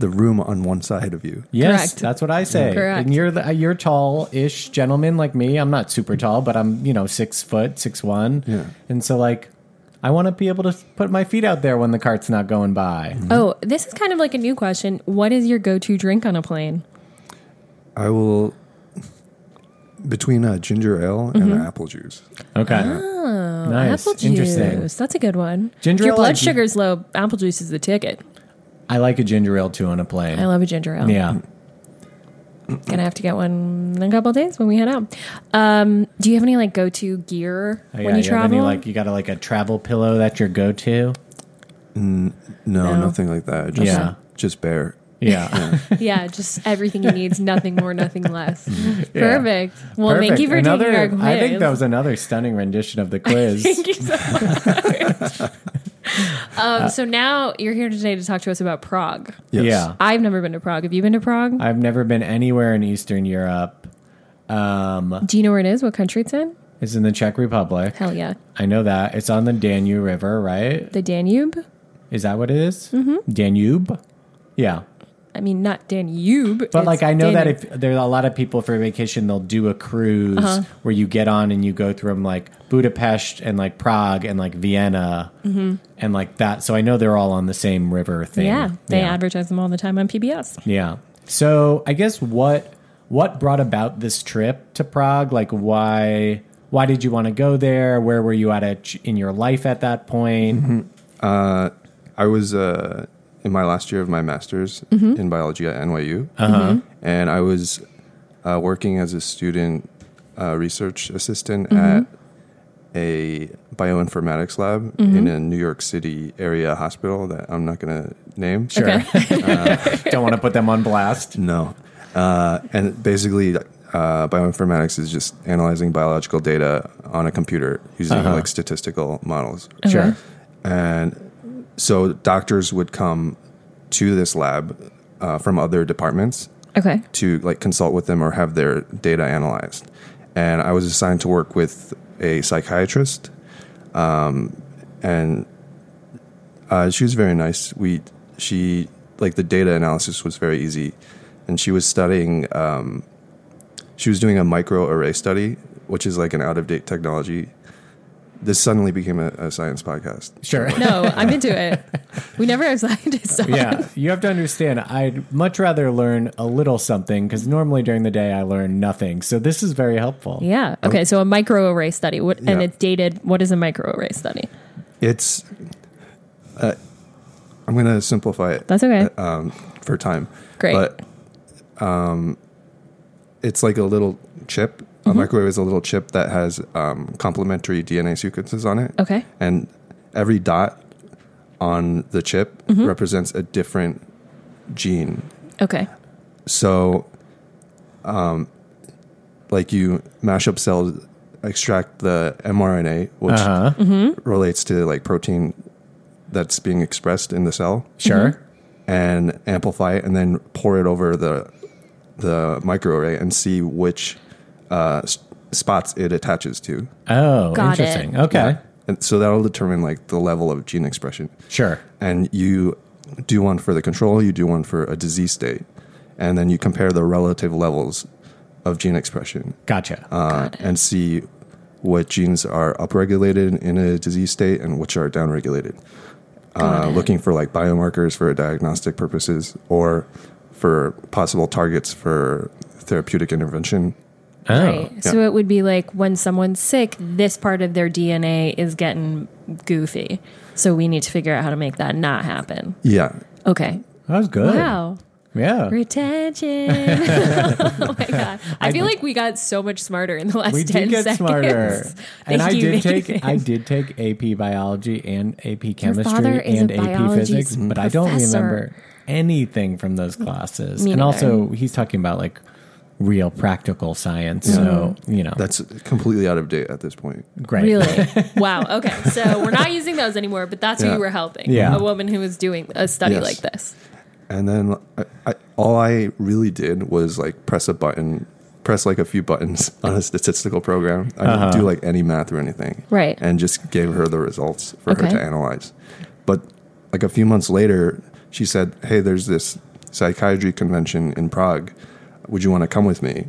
the room on one side of you.
Yes,
Correct.
that's what I say.
Correct.
And you're the, you're tall ish gentleman like me. I'm not super tall, but I'm you know six foot six one.
Yeah.
And so like, I want to be able to put my feet out there when the cart's not going by.
Oh, this is kind of like a new question. What is your go-to drink on a plane?
I will between a ginger ale and
Mm-hmm.
an apple juice.
Okay. nice.
Mm-hmm. Oh, Apple juice.
Interesting.
That's a good one.
Ginger
if your
ale,
blood
like-
sugar's low, apple juice is the ticket.
I like a ginger ale too on a plane.
I love a ginger ale.
yeah.
Gonna have to get one in a couple of days when we head out. Um, do you have any like go to gear
Oh, yeah,
when you
yeah.
travel?
Then you like you got a, like a travel pillow that's your go-to.
No,
No.
nothing like that. Just,
Yeah.
just bear.
Yeah.
yeah, just everything he needs, nothing more, nothing less. Perfect. Well, thank
Perfect.
you for
another,
taking our quiz.
I think that was another stunning rendition of the quiz.
Thank you so much. um, so now you're here today to talk to us about Prague.
Yes.
Uh, Yeah.
I've never been to Prague. Have you been to Prague?
I've never been anywhere in Eastern Europe. Um,
Do you know where it is? What country it's in?
it's in the Czech Republic.
Hell yeah,
I know that. It's on the Danube River, right?
the Danube.
Is that what it Mm-hmm. Danube? Yeah.
I mean, not Danube.
But
it's
like I know
Danube. Uh-huh.
that if there are a lot of people for vacation, they'll do a cruise where you get on and you go through them like Budapest and like Prague and like Vienna and like that. So I know they're all on the same river thing.
Mm-hmm. yeah, they
yeah.
advertise them all the time on PBS.
Yeah. So I guess what what brought about this trip to Prague? Like why why did you want to go there? Where were you at a, in your life at that point?
Mm-hmm.
I was uh, in my last year of my master's in biology at NYU, and I was uh, working as a student uh, research assistant at a bioinformatics lab in a New York City area hospital that I'm not going to name.
Sure. Don't want to put them on blast.
No. Uh, and basically, uh, bioinformatics is just analyzing biological data on a computer using like statistical models.
Uh-huh.
Sure.
And so doctors would come to this lab uh, from other departments
Okay.
to like consult with them or have their data analyzed. And I was assigned to work with a psychiatrist, um, and uh, she was very nice. We she like the data analysis was very easy, and she was studying. Um, she was doing a microarray study, which is like an out of date technology. This suddenly became a, a science podcast.
Sure.
No, I'm into it. We never have scientists. on.
yeah, you have to understand. I'd much rather learn a little something because normally during the day I learn nothing. So this is very helpful.
Yeah. Okay. So a microarray study. What and
Yeah.
it's dated. What is a microarray study?
It's. Uh, I'm going to simplify it.
That's okay.
Uh,
um, for time.
Great.
But um, it's like a little chip. A
Mm-hmm.
microwave is a little chip that has um, complementary DNA sequences on it.
Okay.
And every dot on the chip
Mm-hmm.
represents a different gene.
Okay.
So, um, like you mash up cells, extract the mRNA, which
Uh huh.
Mm-hmm.
relates to like protein that's being expressed in the cell
Sure.
and amplify it and then pour it over the the microarray and see which uh, s- spots it attaches to.
Oh,
Got it.
interesting. Okay.
And so that'll determine like the level of gene expression.
Sure.
And you do one for the control, you do one for a disease state, and then you compare the relative levels of gene expression
Gotcha.
uh, and see what genes are upregulated in a disease state and which are downregulated. Uh, looking for like biomarkers for diagnostic purposes or for possible targets for therapeutic intervention.
oh.
Right. So it would be like when someone's sick, this part of their DNA is getting goofy. So we need to figure out how to make that not happen.
Yeah,
Okay.
That was good.
Wow.
Yeah.
Retention. oh my god. I feel like we got so much smarter in the last
we
10
did get
seconds.
smarter.
Thank
and I
you,
did
Nathan.
take I did take AP biology and AP chemistry
father is a
and AP
biology
physics, but I don't
professor.
remember anything from those classes.
Me
and
neither.
also he's talking about like real practical science. So, you know.
that's completely out of date at this point.
great.
Mm-hmm. Really? wow. Okay. So we're not using those anymore, but that's who
Yeah.
you were helping.
Yeah.
A woman who was doing a study
Yes.
like this.
And then I, I, all I really did was like press a button, press like a few buttons on a statistical program. I didn't do like any math or anything.
Right.
And just gave her the results for
Okay.
her to analyze. But like a few months later, she said, Hey, there's this psychiatry convention in Prague. Would you want to come with me?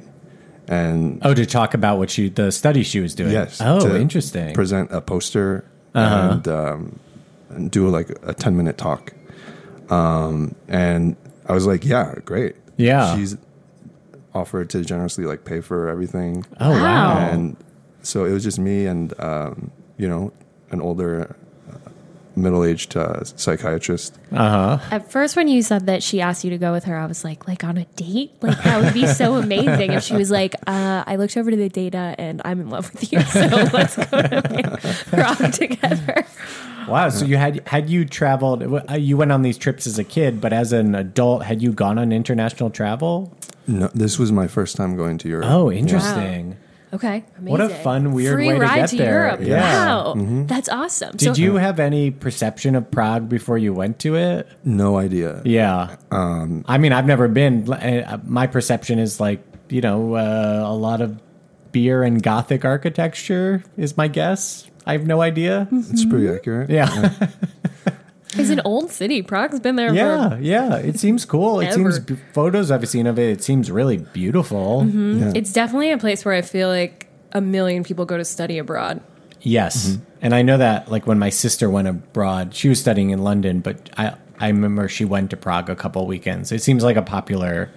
And
Oh, to talk about what she the study she was doing.
yes.
Oh,
to
interesting. Uh-huh.
Present a poster and, um, and do like a 10 minute talk. Um, and I was like, Yeah, great.
Yeah.
She's offered to generously like pay for everything.
Oh wow.
Wow.
And so it was just me and um, you know an older, uh, middle-aged uh, psychiatrist.
At first, when you said that she asked you to go with her, I was like, like on a date? Like that would be so amazing if she was like, uh, I looked over to the data and I'm in love with you, so let's go to rock together.
Wow. So you had had you traveled? uh, You went on these trips as a kid, but as an adult, had you gone on international travel?
No, this was my first time going to Europe.
Oh, interesting.
Okay, amazing.
What a fun, weird
free
way to
ride
get
to
there.
Europe.
Yeah. Mm-hmm.
Wow, that's awesome.
Did
so,
you have any perception of Prague before you went to it?
No idea.
Yeah. Um, I mean, I've never been. Uh, My perception is like, you know, uh, a lot of beer and Gothic architecture is my guess. I have no idea.
It's pretty accurate.
Mm-hmm. Yeah.
It's an old city. Prague's been there. for...
Yeah. Yeah. It seems cool. It seems,
Ever.
b- photos I've seen of it, it seems really beautiful.
It's definitely a place where I feel like a million people go to study abroad.
Yes. And I know that like when my sister went abroad, she was studying in London, but I I remember she went to Prague a couple weekends. It seems like a popular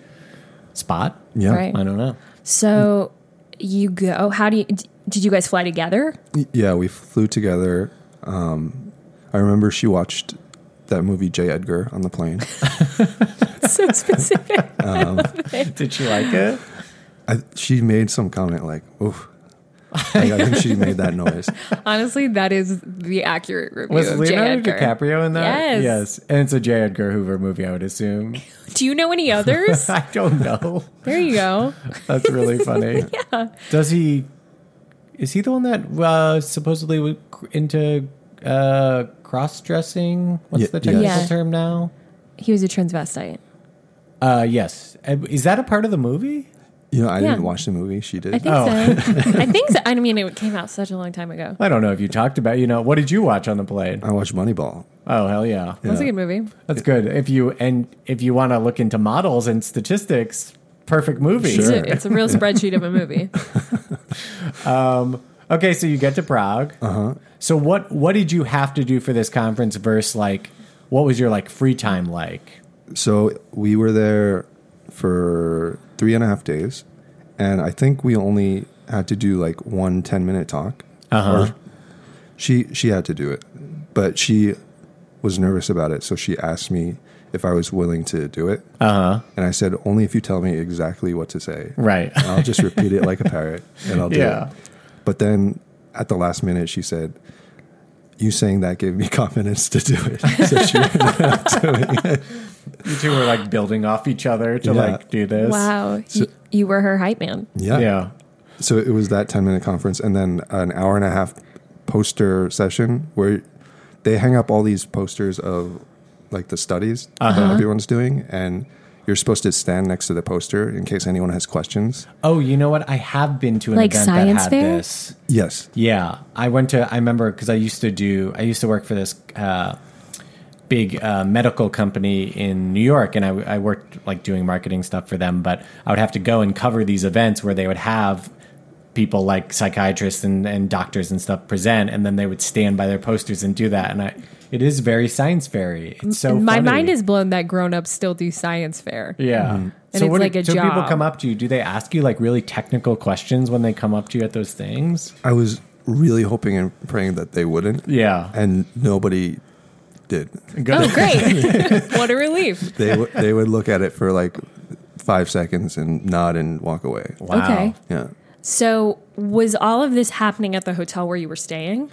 spot.
Yeah.
Right.
I don't know.
So you go. How do you? d- Did you guys fly together?
Yeah, we flew together. Um, I remember she watched that movie J. Edgar on the plane.
so specific.
Did she like it?
I, she made some comment like, "Oof." Like, I think she made that noise.
Honestly, that is the accurate review
Was
of
Leonardo
J. Edgar.
DiCaprio in that?
Yes.
Yes. And it's a J. Edgar Hoover movie, I would assume.
Do you know any others?
I don't know.
there you go.
That's really funny. yeah. Does he? Is he the one that uh, supposedly was cr- into uh, cross dressing? What's
Ye-
the technical
yes. Yeah.
term now?
He was a transvestite.
Uh, yes. Uh, Is that a part of the movie?
You know, I
Yeah.
didn't watch the movie. She did.
I
Oh.
think so. I think so. I mean, it came out such a long time ago.
I don't know if you talked about. You know, what did you watch on the plane?
I watched Moneyball.
Oh hell yeah,
That's a good movie.
that's good. If you and if you want to look into models and statistics, perfect movie.
It's,
Sure.
a, it's a real spreadsheet of a movie.
Okay, so you get to Prague.
Uh-huh.
So what what did you have to do for this conference? Versus like, what was your like free time like?
So we were there for three and a half days, and I think we only had to do like one 10 minute talk.
Uh-huh.
Or- She she had to do it, but she was nervous about it, so she asked me if I was willing to do it.
Uh huh.
And I said, only if you tell me exactly what to say.
Right.
I'll just repeat it like a parrot and I'll do
Yeah.
it. But then at the last minute, she said, You saying that gave me confidence to do it. So she,
you two were like building off each other to
Yeah.
like do this.
wow. you, you were her hype man.
yeah.
Yeah.
So it was that 10 minute conference and then an hour and a half poster session where they hang up all these posters of like the studies that everyone's doing. And you're supposed to stand next to the poster in case anyone has questions.
Oh, you know what? I have been to an
Like
event
science
that had
fair?
this.
Yes.
Yeah, I went to. I remember because I used to do. I used to work for this uh, big uh, medical company in New York, and I, I worked like doing marketing stuff for them. But I would have to go and cover these events where they would have people like psychiatrists and, and doctors and stuff present, and then they would stand by their posters and do that. And I, it is very science fairy. It's so
My
funny.
mind is blown that grown ups still do science fair.
Yeah.
And it's
what do-
like a
so people
job.
come up to you. Do they ask you like really technical questions when they come up to you at those things?
I was really hoping and praying that they wouldn't.
Yeah.
and nobody did.
Good.
Oh, great. what a relief.
They w- they would look at it for like five seconds and nod and walk away.
Wow.
Okay.
Yeah,
So, was all of this happening at the hotel where you were staying?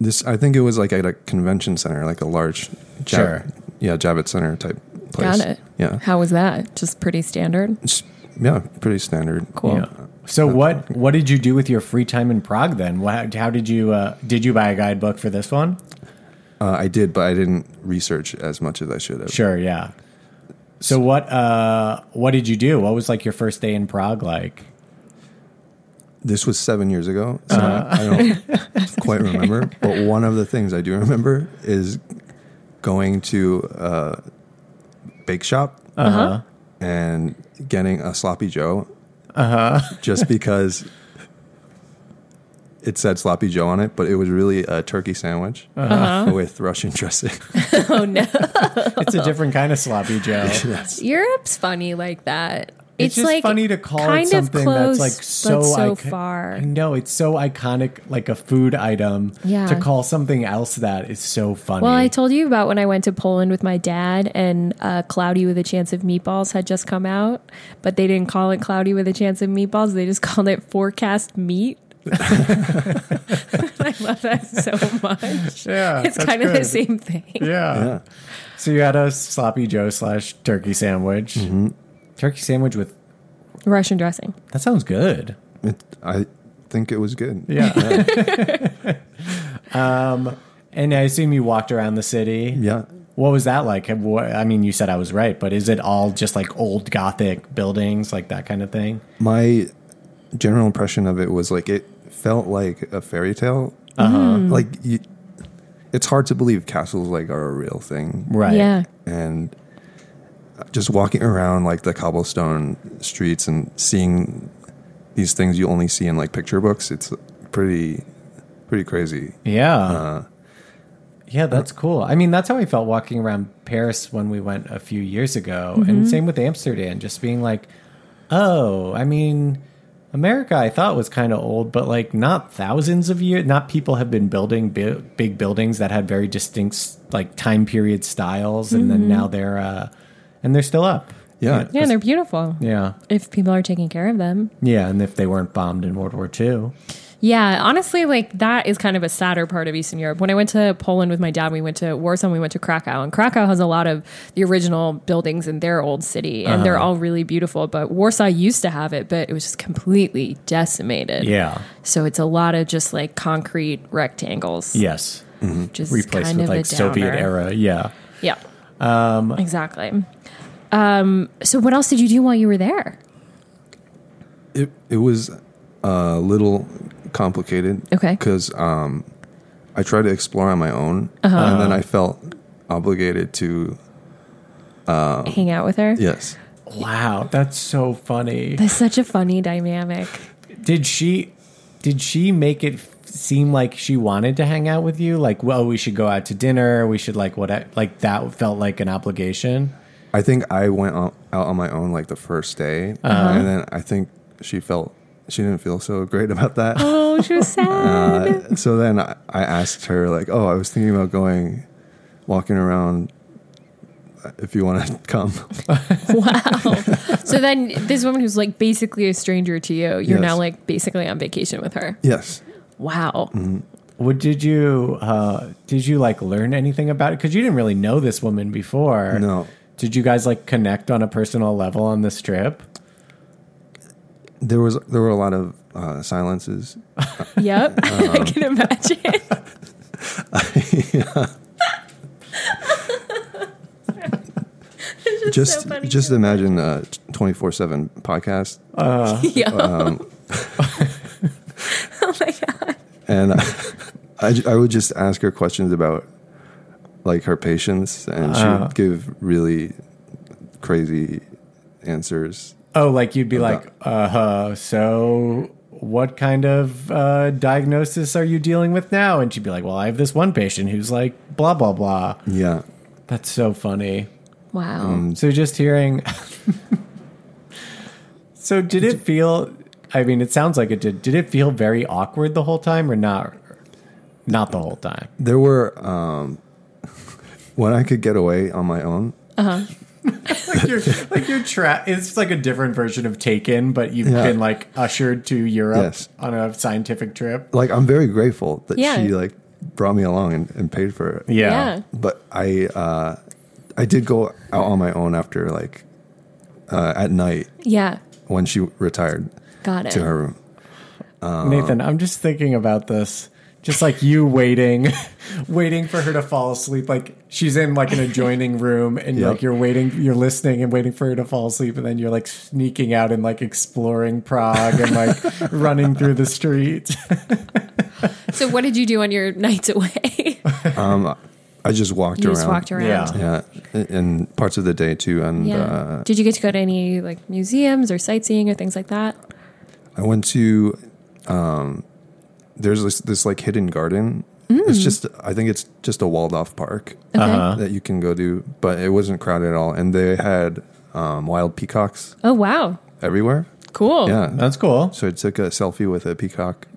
this I think it was like at a convention center, like a large, Jab-
Sure.
yeah, Javits Center type place.
Got it.
Yeah,
How was that? Just pretty standard.
It's- yeah, pretty standard.
Cool.
Yeah. So what what did you do with your free time in Prague then? What, how did you uh, did you buy a guidebook for this one?
Uh, I did, but I didn't research as much as I should have.
Sure, yeah. So what uh what did you do? What was like your first day in Prague like?
This was seven years ago, so I don't quite remember. But one of the things I do remember is going to a bake shop and getting a sloppy Joe. Just because it said sloppy Joe on it, but it was really a turkey sandwich with Russian dressing.
Oh, no.
It's a different kind of sloppy Joe.
yes.
Europe's funny like that.
It's, just funny to call it something that's like so,
but so
icon-
far.
I know it's so iconic, like a food item.
Yeah.
To call something else that is so funny.
Well, I told you about when I went to Poland with my dad, and uh, Cloudy with a Chance of Meatballs had just come out, but they didn't call it Cloudy with a Chance of Meatballs. They just called it Forecast Meat. I love that so much.
yeah,
It's
that's
kind of the
good.
same thing.
Yeah.
Yeah.
So you had a sloppy Joe slash turkey sandwich. Turkey sandwich with
Russian dressing.
that sounds good.
It, I think it was good.
Yeah. um, and I assume you walked around the city.
Yeah.
What was that like? Have- what- I mean, you said I was right, but is it all just like old Gothic buildings, like that kind of thing?
My general impression of it was like it felt like a fairy tale. Like you, it's hard to believe castles like are a real thing.
Right.
Yeah.
and just walking around like the cobblestone streets and seeing these things you only see in like picture books it's pretty pretty crazy
Yeah. Uh, yeah, that's cool. I mean, that's how I felt walking around Paris when we went a few years ago.
Mm-hmm.
And same with Amsterdam, just being like, oh, I mean, America, I thought was kind of old, but like not thousands of years. Not people have been building bi- big buildings that had very distinct like time period styles. And then now they're, uh, and they're still up.
yeah
Mm-hmm. Yeah, they're beautiful.
Yeah.
If people are taking care of them.
Yeah. And if they weren't bombed in World War II.
Yeah, honestly, like that is kind of a sadder part of Eastern Europe. When I went to Poland with my dad, we went to Warsaw, and we went to Krakow, and Krakow has a lot of the original buildings in their old city, and they're all really beautiful. But Warsaw used to have it, but it was just completely decimated.
Yeah.
So it's a lot of just like concrete rectangles,
Yes.
which is
Replaced
kind
with
of a
like Soviet
downer.
era. Yeah.
Yeah. exactly. Um, so what else did you do while you were there?
it, it was a little complicated
Okay.
because um, i tried to explore on my own and then i felt obligated to
Hang out with her?
yes
Wow. That's so funny.
That's such a funny dynamic.
Did she did she make it f- seem like she wanted to hang out with you? Like, well, we should go out to dinner. We should like what like that felt like an obligation.
i think i went on, out on my own like the first day
Uh-huh.
and then i think she felt she didn't feel so great about that
Oh, she was sad.
Uh, so then I, I asked her like, "Oh, I was thinking about going walking around. uh, If you want to come,
So then this woman who's like basically a stranger to you, you're
Yes.
now like basically on vacation with her.
yes,
Wow.
Mm-hmm.
What did you uh did you like learn anything about it? Because you didn't really know this woman before.
no."
Did you guys like connect on a personal level on this trip?
There was there were a lot of uh, silences.
Yep.
Uh-huh.
I can imagine.
just
so funny.
just imagine a twenty four seven podcast,
Yo.
uh,
oh my God.
and I, I j- I would just ask her questions about like her patients, and she would give really crazy answers.
Oh, like you'd be
About-
like, uh huh, so what kind of uh, diagnosis are you dealing with now? And she'd be like, Well, I have this one patient who's like blah blah blah.
Yeah,
That's so funny.
Wow.
mm,
So just hearing. so did it feel? I mean, it sounds like it did. Did it feel very awkward the whole time, or not? Not the whole time.
There were um, when I could get away on my own.
Like you're, like you're trapped. It's like a different version of Taken, but you've
Yeah.
been like ushered to Europe
Yes.
on a scientific trip.
Like I'm very grateful that
Yeah.
she like brought me along and, and paid for it.
yeah.
But I uh, I did go out on my own after like uh, at night
Yeah.
when she retired
Got it.
to her room.
Nathan, I'm just thinking about this. Just like you waiting, waiting for her to fall asleep. Like she's in like an adjoining room and
Yep.
like you're waiting, you're listening and waiting for her to fall asleep. And then you're like sneaking out and like exploring Prague and like running through the streets.
So what did you do on your nights away?
Um, I just walked
you
around.
just walked around.
Yeah.
Yeah, and parts of the day too. And
Yeah.
uh,
did you get to go to any like museums or sightseeing or things like that?
I went to um, there's this, this like hidden garden. It's just I think it's just a walled off park.
Mm. Okay.
that you can go to, but it wasn't crowded at all. And they had um, wild peacocks
Oh wow.
everywhere.
Cool.
Yeah.
That's cool.
So I took a selfie with a peacock.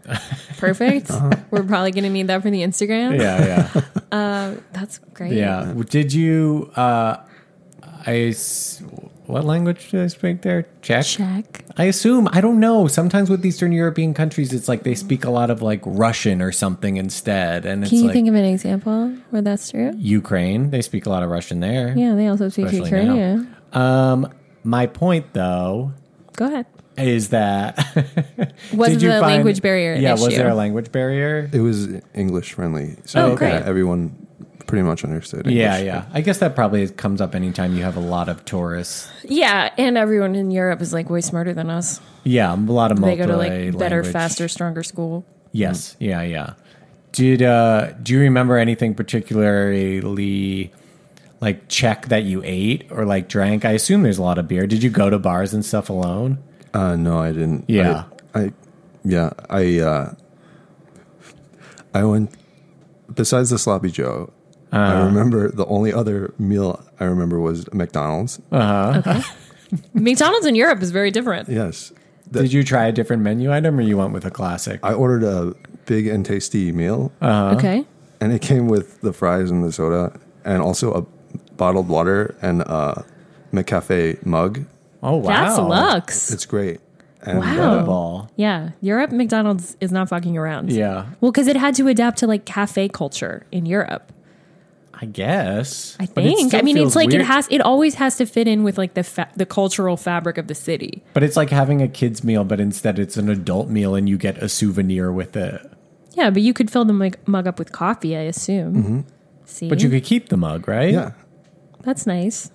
Perfect. We're probably going to need that for the Instagram.
Uh-huh. Yeah, yeah,
That's great.
yeah. Did you? Uh, I s- what language did I speak there? Czech.
Check.
I assume I don't know. Sometimes with Eastern European countries, it's like they speak a lot of like Russian or something instead, and it's
Can you
like
think of an example where that's true?
Ukraine. They speak a lot of Russian there.
Yeah, they also speak
especially
Ukrainian.
now. Um, my point though
Go ahead.
is that
Was
did
the
you find-
language barrier an
Yeah, was
issue?
there a language barrier?
It was English friendly. So
Oh, great.
yeah, everyone pretty much understood English.
Yeah, yeah. I guess that probably comes up anytime you have a lot of tourists.
Yeah, and everyone in Europe is like way smarter than us.
Yeah, a lot of
They
multi
go to like better,
language.
faster, stronger school.
Yes. Yeah. Yeah. Did uh, do you remember anything particularly like Czech that you ate or like drank? I assume there's a lot of beer. Did you go to bars and stuff alone?
Uh, no, I didn't.
Yeah.
I, I yeah, I uh, I went besides the sloppy joe. I remember the only other meal I remember was McDonald's.
McDonald's in Europe is very different.
yes. The-
Did you try a different menu item or you went with a classic?
I ordered a big and tasty meal
Okay.
and it came with the fries and the soda and also a bottled water and a McCafe mug.
oh wow,
That's lux.
It's great. And
Wow.
uh,
Ball.
yeah. Europe McDonald's is not fucking around.
Yeah,
Well, because it had to adapt to like cafe culture in Europe.
I guess.
I think. I mean, it's like it has. It always has to fit in with like the fa- the cultural fabric of the city.
But it's like having a kid's meal, but instead it's an adult meal and you get a souvenir with it.
Yeah, but you could fill the mug, mug up with coffee, I assume. See,
But you could keep the mug, right?
yeah.
that's nice.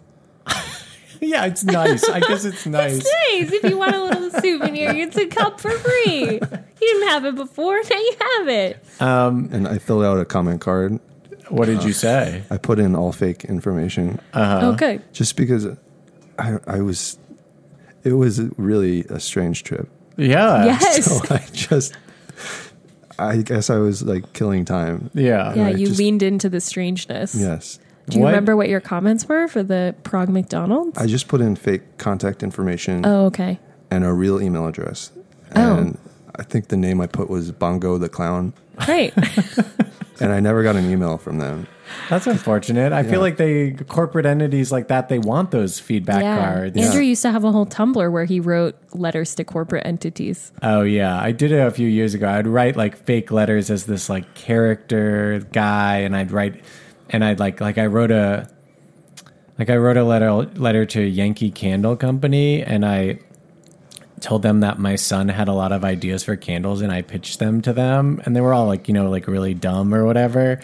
Yeah, it's nice. I guess it's nice.
Nice. If you want a little souvenir, it's a cup for free. You didn't have it before. Now you have it.
And I filled out a comment card.
What did you say?
I put in all fake information.
oh, good.
just because I, I was it was really a strange trip
Yeah.
Yes.
so i just i guess i was like killing time
Yeah.
yeah,
I
you
just-
leaned into the strangeness.
yes
Do you
What-
remember what your comments were for the Prague McDonald's?
i just put in fake contact information
oh, okay.
and a real email address
Oh.
and i think the name i put was bongo the clown
Great.
and i never got an email from them
That's unfortunate. I feel like they corporate entities like that they want those feedback
yeah.
cards.
Andrew used to have a whole Tumblr where he wrote letters to corporate entities.
Oh yeah, I did it a few years ago. I'd write like fake letters as this like character guy, and I'd write, and I'd like like I wrote a, like I wrote a letter letter to Yankee Candle Company, and I told them that my son had a lot of ideas for candles, and I pitched them to them, and they were all like you know like really dumb or whatever.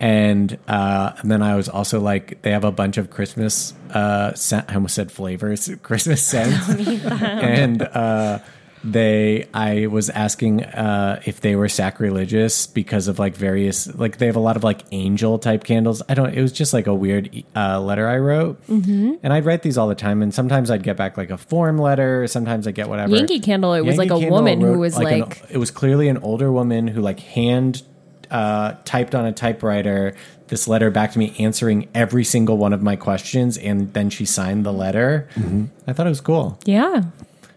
And uh, and then I was also like, they have a bunch of Christmas uh, scent. I almost said flavors, Christmas scents and uh, they I was asking uh, if they were sacrilegious because of like various like they have a lot of like angel type candles. I don't. It was just like a weird uh, letter I wrote, mm-hmm. and I'd write these all the time. And sometimes I'd get back like a form letter. Sometimes I get whatever.
Yankee Candle, it was
Yankee
like a
Candle
woman
wrote,
who was
an-
like,
it was clearly an older woman who like hand uh, typed on a typewriter this letter back to me answering every single one of my questions and then she signed the letter i thought it was cool
Yeah.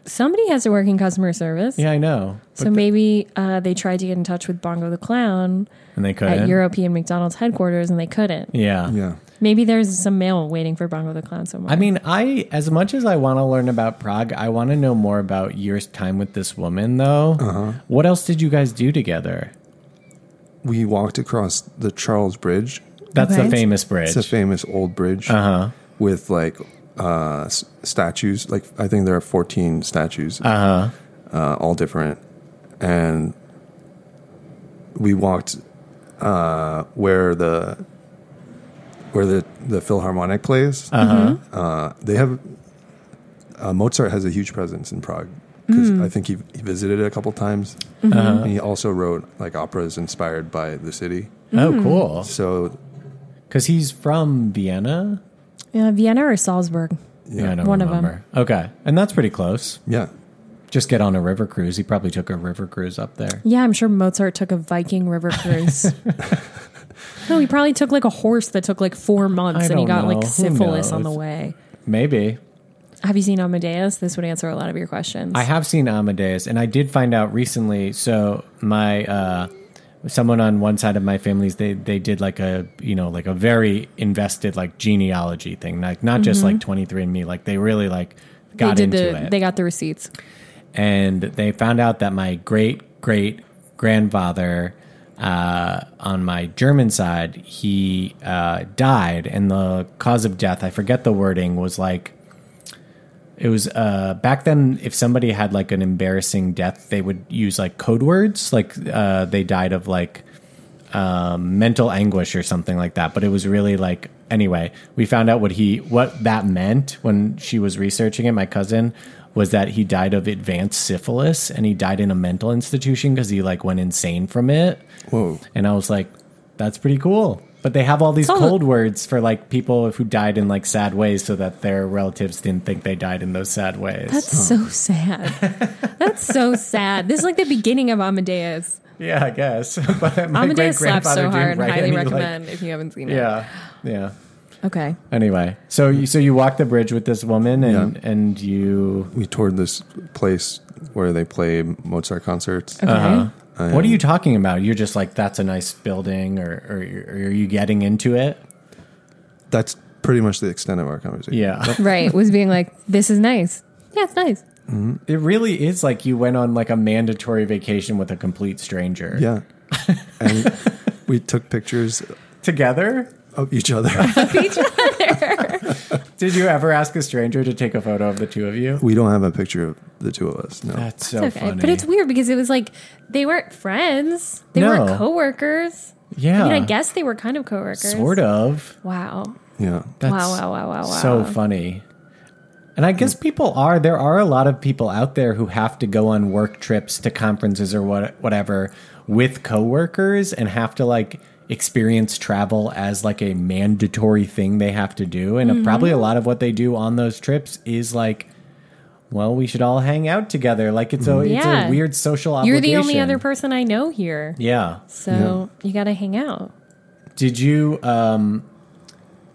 Somebody has to work in customer service.
yeah i know
So maybe uh, they tried to get in touch with Bongo the Clown
and they
at
couldn't.
European McDonald's headquarters and they couldn't.
Yeah.
yeah
Maybe there's some mail waiting for Bongo the Clown somewhere.
I mean, I as much as I want to learn about Prague, I want to know more about your time with this woman, though. What else did you guys do together?
we walked across the charles bridge
That's
Okay.
the famous bridge.
it's a famous old bridge uh-huh. with like uh, s- statues. Like I think there are fourteen statues, uh-huh. all different. And we walked uh, where the where the the Philharmonic plays. Uh-huh. they have uh, Mozart has a huge presence in Prague. Because I think he, he visited it a couple times, and he also wrote like operas inspired by the city.
Hmm.
oh, cool.
So
Because he's from Vienna.
uh, Vienna or Salzburg?
Yeah, I don't
One of 'em.
remember. Okay, and that's pretty close.
yeah,
Just get on a river cruise. He probably took a river cruise up there.
Yeah, I'm sure Mozart took a Viking river cruise. no, he probably took like a horse that took like four months
I
and he
don't
got
know.
like
Who
syphilis on the
knows?
way.
Maybe.
Have you seen Amadeus? This would answer a lot of your questions.
I have seen Amadeus, and I did find out recently. So my uh, someone on one side of my family's they they did like a you know like a very invested like genealogy thing, like not just like twenty three and Me, like they really like
Mm-hmm. they
got
did
into
the
it,
they got the receipts.
and they found out that my great great grandfather. Uh, on my German side, he uh, died, and the cause of death, I forget the wording, was like it was uh back then if somebody had like an embarrassing death they would use like code words like uh they died of like um mental anguish or something like that but it was really like anyway we found out what he what that meant when she was researching it my cousin was that he died of advanced syphilis and he died in a mental institution cuz he like went insane from it
Whoa.
and I was like, that's pretty cool. But they have all these
all-
cold words for like people who died in like sad ways so that their relatives didn't think they died in those sad ways.
That's so sad. That's so sad. This is like the beginning of Amadeus.
yeah, I guess. but my
Amadeus slaps
great-grandfather
so
didn't
hard.
write
Highly
any, like-
recommend if you haven't seen it.
yeah. Yeah.
Okay.
Anyway, so you, so you walk the bridge with this woman and and you
We toured this place where they play Mozart concerts.
Okay.
Uh-huh. What are you talking about? You're just like that's a nice building or or, or are you getting into it?
That's pretty much the extent of our conversation.
Yeah.
Right. Was being like, this is nice. Yeah, it's nice.
it really is like you went on like a mandatory vacation with a complete stranger.
Yeah. and we took pictures
Together?
of each other.
Each other.
Did you ever ask a stranger to take a photo of the two of you?
we don't have a picture of the two of us. No.
That's so
okay.
funny.
But it's weird because it was like they weren't friends. They
No.
weren't coworkers.
yeah,
I mean, I guess they were kind of coworkers.
sort of.
Wow.
Yeah.
That's
wow, wow, wow, wow, Oh, wow.
so funny. And I guess people are there are a lot of people out there who have to go on work trips to conferences or what whatever with coworkers and have to like experience travel as like a mandatory thing they have to do
Mm-hmm.
and probably a lot of what they do on those trips is like well we should all hang out together like it's a it's
Yeah.
a weird social
You're
obligation
the only other person I know here.
yeah
So you got to hang out.
Did you um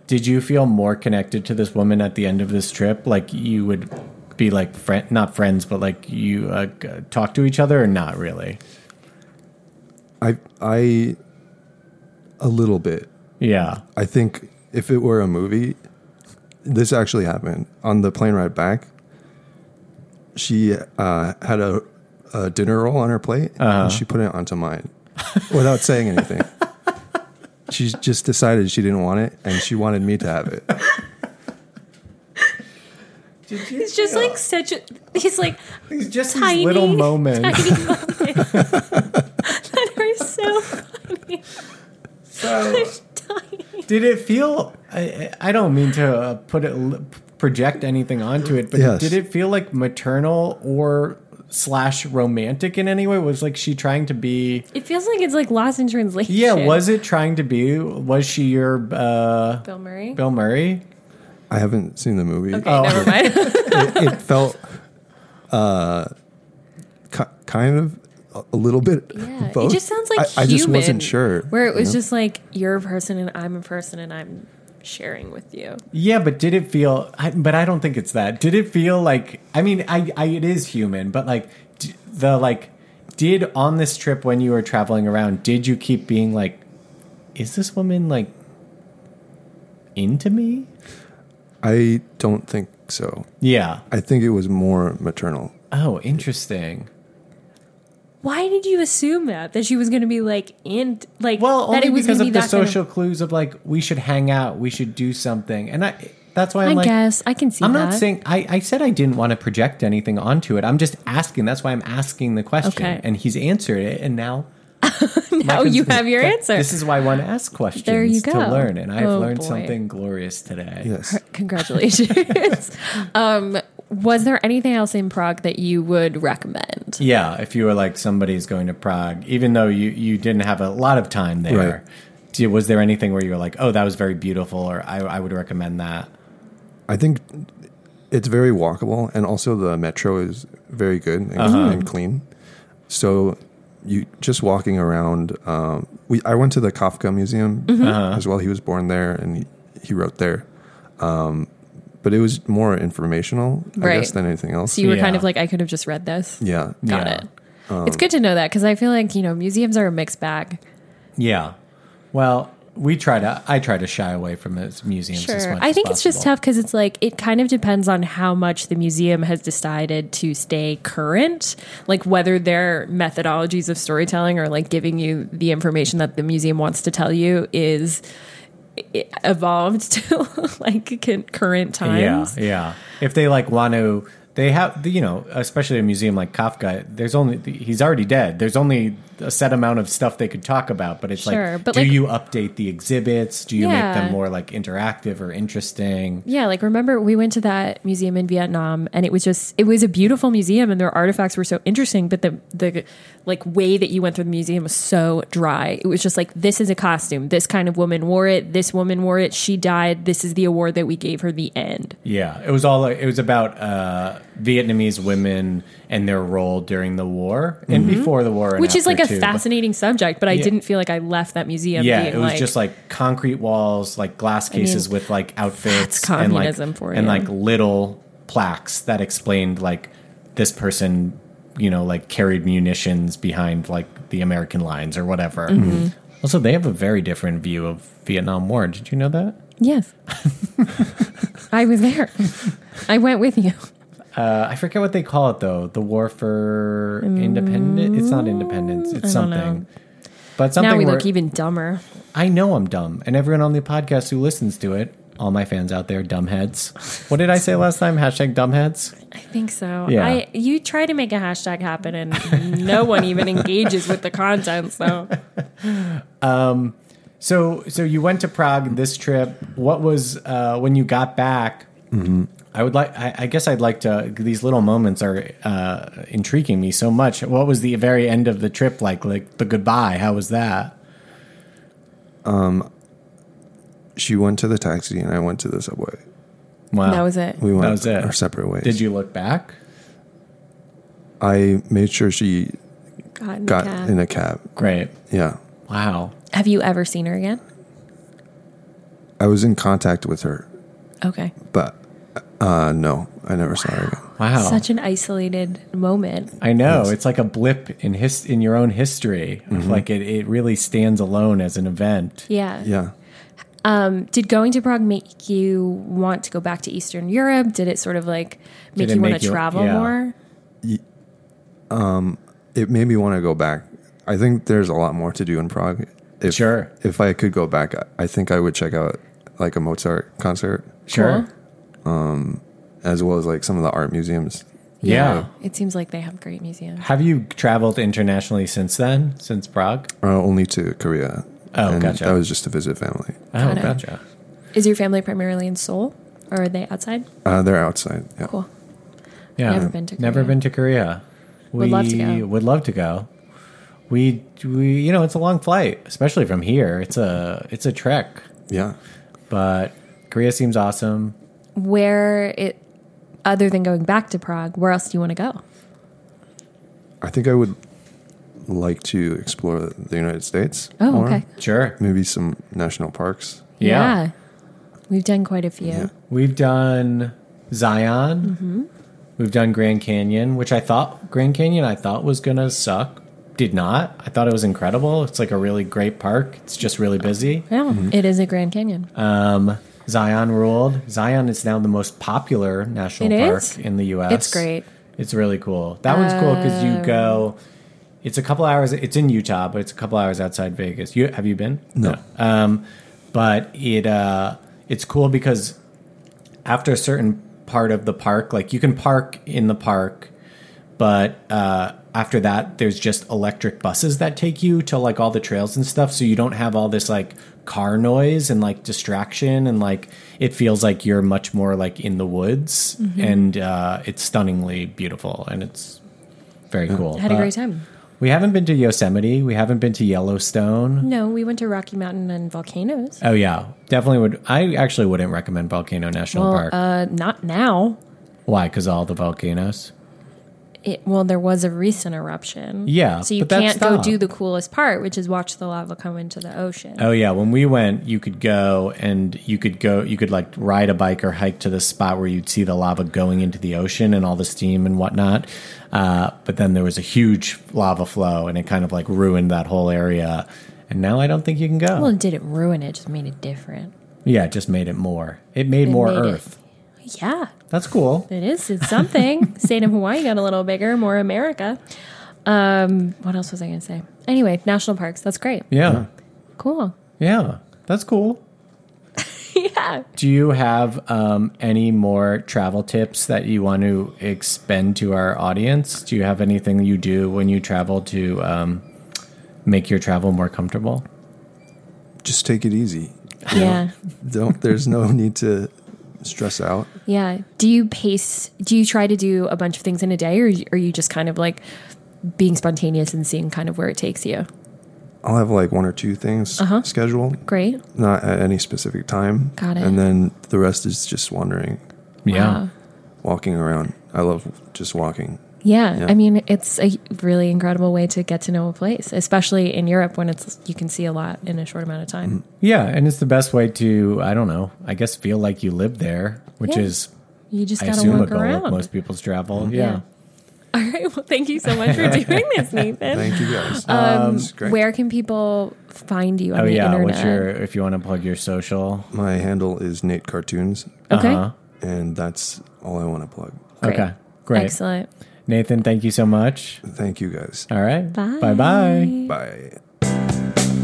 did you feel more connected to this woman at the end of this trip? Like you would be like friend not friends, but like you uh, g- talk to each other or not really?
I I a little bit.
Yeah.
I think if it were a movie, this actually happened on the plane ride back. She uh, had a, a dinner roll on her plate and she put it onto mine without saying anything. she just decided she didn't want it and she wanted me to have it.
It's just like such a. He's like
It's just
tiny
these little moments.
Tiny moments that are so funny.
So
Tiny.
did it feel I, I don't mean to uh, put it project anything onto it, but
Yes.
did it feel like maternal or slash romantic in any way? Was like she trying to be
It feels like it's like lost in translation.
Yeah, was it trying to be was she your uh
Bill Murray?
Bill Murray?
I haven't seen the movie. Uh,
okay, never mind.
It, it felt uh, ki- kind of a- a little bit.
yeah,
both.
it just sounds like
I, I
human,
just wasn't sure.
Where it was
you know?
just like you're a person and I'm a person and I'm sharing with you.
Yeah, but did it feel? I, but I don't think it's that. Did it feel like? I mean, I, I it is human, but like d- the like, did on this trip when you were traveling around, did you keep being like, is this woman like into me?
I don't think so.
Yeah.
I think it was more maternal.
Oh, interesting.
Why did you assume that that she was going to be like in like
Well,
that
only
it was
because
gonna
of the
that kind
social clues of like we should hang out, we should do something, and I. That's why I'm
I
like,
guess I can see.
I'm
that.
not saying I, I said I didn't want to project anything onto it. I'm just asking. That's why I'm asking the question,
Okay.
and he's answered it, and now
now
Happens-
you have your
Th-
answer.
This is why one asks questions
There you
to
go.
learn, and I've
Oh,
learned
boy.
something glorious today.
Yes.
Congratulations. um, was there anything else in Prague that you would recommend?
Yeah, if you were like somebody's going to Prague, even though you you didn't have a lot of time there, do- was there anything where you were like, oh, that was very beautiful, or I, I would recommend that?
I think it's very walkable, and also the metro is very good and,
Uh-huh.
and clean. So you just walking around. Um, we I went to the
Mm-hmm.
Uh-huh.
Kafka Museum as well. He was born there, and he, he wrote there. Um, but it was more informational, I
Right.
guess, than anything else.
So you were kind
Yeah.
of like, I could have just read this.
yeah. Um,
Got
Yeah.
it. it's good to know that because I feel like, you know, museums are a mixed bag.
Yeah. Well, we try to. I try to shy away from those museums. As
Sure.
much
I
as
think it's just
possible.
tough because it's like it kind of depends on how much the museum has decided to stay current, like whether their methodologies of storytelling or like giving you the information that the museum wants to tell you is i- evolved to like con- current times.
Yeah, yeah. If they like want to, they have you know, especially a museum like Kafka. There's only he's already dead. There's only a set amount of stuff they could talk about. But it's
Sure,
like,
but,
do
like-
you update the exhibits? Do you
Yeah.
make them more like interactive or interesting?
Yeah, like remember we went to that museum in Vietnam and it was just it was a beautiful museum and their artifacts were so interesting, but the the like way that you went through the museum was so dry. It was just like this is a costume. This kind of woman wore it. This woman wore it. She died. This is the award that we gave her. The end.
Yeah, it was all it was about uh, Vietnamese women and their role during the war and before the war, and
Mm-hmm. Which is like
after,
a
too. But-
fascinating subject, but I didn't feel like I left that museum
Yeah,
being
it was
like
just like concrete walls, like glass cases with like outfits and like
communism for
and
you.
like little plaques that explained like this person, you know, like carried munitions behind like the American lines or whatever.
Mm-hmm.
Also, they have a very different view of Vietnam War. Did you know that?
Yes. I was there. I went with you.
Uh, I forget what they call it though. The war for independence. It's not independence. It's
Mm, don't
something.
know.
But something
Now we
where-
look even dumber.
I know I'm dumb, and everyone on the podcast who listens to it, all my fans out there, dumbheads. What did I say last time? Hashtag dumbheads.
I think so.
Yeah.
I you try to make a hashtag happen and no one even engages with the content, so
So, so you went to Prague this trip. What was uh, when you got back? I would like. I, I guess I'd like to. These little moments are uh, intriguing me so much. What was the very end of the trip like? Like the goodbye. How was that?
She went to the taxi and I went to the subway.
Wow,
That was it.
We went
That was it.
our separate ways.
Did you look back?
I made sure she
God, in the
got
cab.
in a cab.
Great.
Yeah.
Wow.
Have you ever seen her again?
I was in contact with her,
Okay.
but uh, no, I never saw her again.
Wow.
Such an isolated moment.
I know it's like a blip in his in your own history. Like it, it really stands alone as an event.
Yeah.
Yeah.
Um, Did going to Prague make you want to go back to Eastern Europe? Did it sort of like make
Did it
you want
make
to
you-
travel
yeah.
more?
It made me want to go back. I think there's a lot more to do in Prague. If,
Sure.
If I could go back, I- I think I would check out like a Mozart concert
Sure.
Cool.
as well as like some of the art museums.
Yeah.
It seems like they have great museums.
Have you traveled internationally since then? Since Prague?
Uh, only to Korea.
Oh,
and
gotcha.
That was just to visit family.
Oh,
Got it.
gotcha.
Is your family primarily in Seoul or are they outside?
Uh, they're outside. Yeah.
Cool.
Yeah.
Never been to
Never
Korea.
been to Korea. We
Would love to go.
Would love to go. We we you know it's a long flight, especially from here. It's a it's a trek,
Yeah.
but Korea seems awesome.
Where it other than going back to Prague, where else do you want to go?
I think I would like to explore the United States.
Oh,
more.
okay.
Sure.
Maybe some national parks.
Yeah.
We've done quite a few.
We've done Zion.
Mm-hmm.
We've done Grand Canyon, which I thought Grand Canyon I thought was gonna suck. Did not. I thought it was incredible. It's like a really great park. It's just really busy.
Yeah, it is a Grand Canyon.
Um, Zion ruled. Zion is now the most popular national
It
park
is?
in the U.S.
It's great. Um,
It's really cool. That one's cool because you go. It's a couple hours. It's in Utah, but it's a couple hours outside Vegas. You have you been?
No.
Um, but it uh, it's cool because after a certain part of the park, like you can park in the park, but uh, after that, there's just electric buses that take you to like all the trails and stuff. So you don't have all this like car noise and like distraction, and like it feels like you're much more like in the woods, and uh, it's stunningly beautiful, and it's very cool.
I had a
But
great time.
We haven't been to Yosemite. We haven't been to Yellowstone.
No, we went to Rocky Mountain and volcanoes.
Oh yeah, definitely would. I actually wouldn't recommend Volcano National
Well,
Park.
uh, not now.
Why? Because all the volcanoes.
it, well, there was a recent eruption.
Yeah,
So you
but that
can't go
stopped.
do the coolest part, which is watch the lava come into the ocean.
Oh yeah, when we went, you could go and you could go you could like ride a bike or hike to the spot where you'd see the lava going into the ocean and all the steam and whatnot. Uh, but then there was a huge lava flow and it kind of like ruined that whole area. And now I don't think you can go.
Well, it didn't ruin it, just made it different.
yeah, it just made it more. It made more
made it-
Earth.
Yeah,
That's cool.
it is. It's something. State of Hawaii got a little bigger, more America. Um, what else was I going to say? Anyway, national parks. That's great.
Yeah,
Cool.
yeah, that's cool.
yeah.
Do you have um, any more travel tips that you want to expend to our audience? Do you have anything you do when you travel to um, make your travel more comfortable?
Just take it easy.
Yeah.
Don't. There's no need to stress out.
Yeah. Do you pace? Do you try to do a bunch of things in a day, or are you just kind of like being spontaneous and seeing kind of where it takes you?
I'll have like one or two things scheduled,
Great.
not at any specific time.
Uh-huh. Got it.
And then the rest is just wandering,
Yeah.
Wow.
walking around. I love just walking.
Yeah.
Yeah.
I mean, it's a really incredible way to get to know a place, especially in Europe when it's you can see a lot in a short amount of time.
Yeah. And it's the best way to, I don't know, I guess feel like you live there, which
Yeah.
is,
You just
I
got to
assume, a
walk
goal of
around. Mm-hmm.
most people's travel.
Yeah.
Yeah.
All right. Well, thank you so much for doing this, Nathan.
Thank you guys. Um, great.
Where can people find you on
Oh,
the
yeah.
internet?
What's your, if you want to plug your social? Uh-huh.
My handle is Nate Cartoons,
okay.
and that's all I want to plug.
Great.
Okay. Great.
Excellent.
Nathan, thank you so much.
Thank you guys.
All right.
Bye.
Bye bye.
Bye.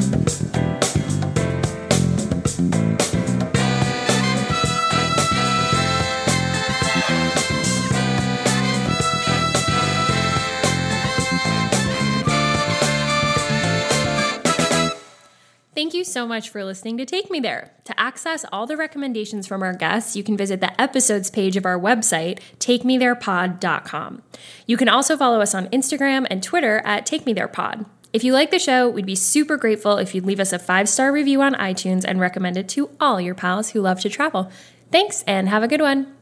Thank you so much for listening to Take Me There. To access all the recommendations from our guests, you can visit the episodes page of our website, takethetherepod.com. You can also follow us on Instagram and Twitter at Take Me There Pod. If you like the show, we'd be super grateful if you'd leave us a five star review on iTunes and recommend it to all your pals who love to travel. Thanks and have a good one.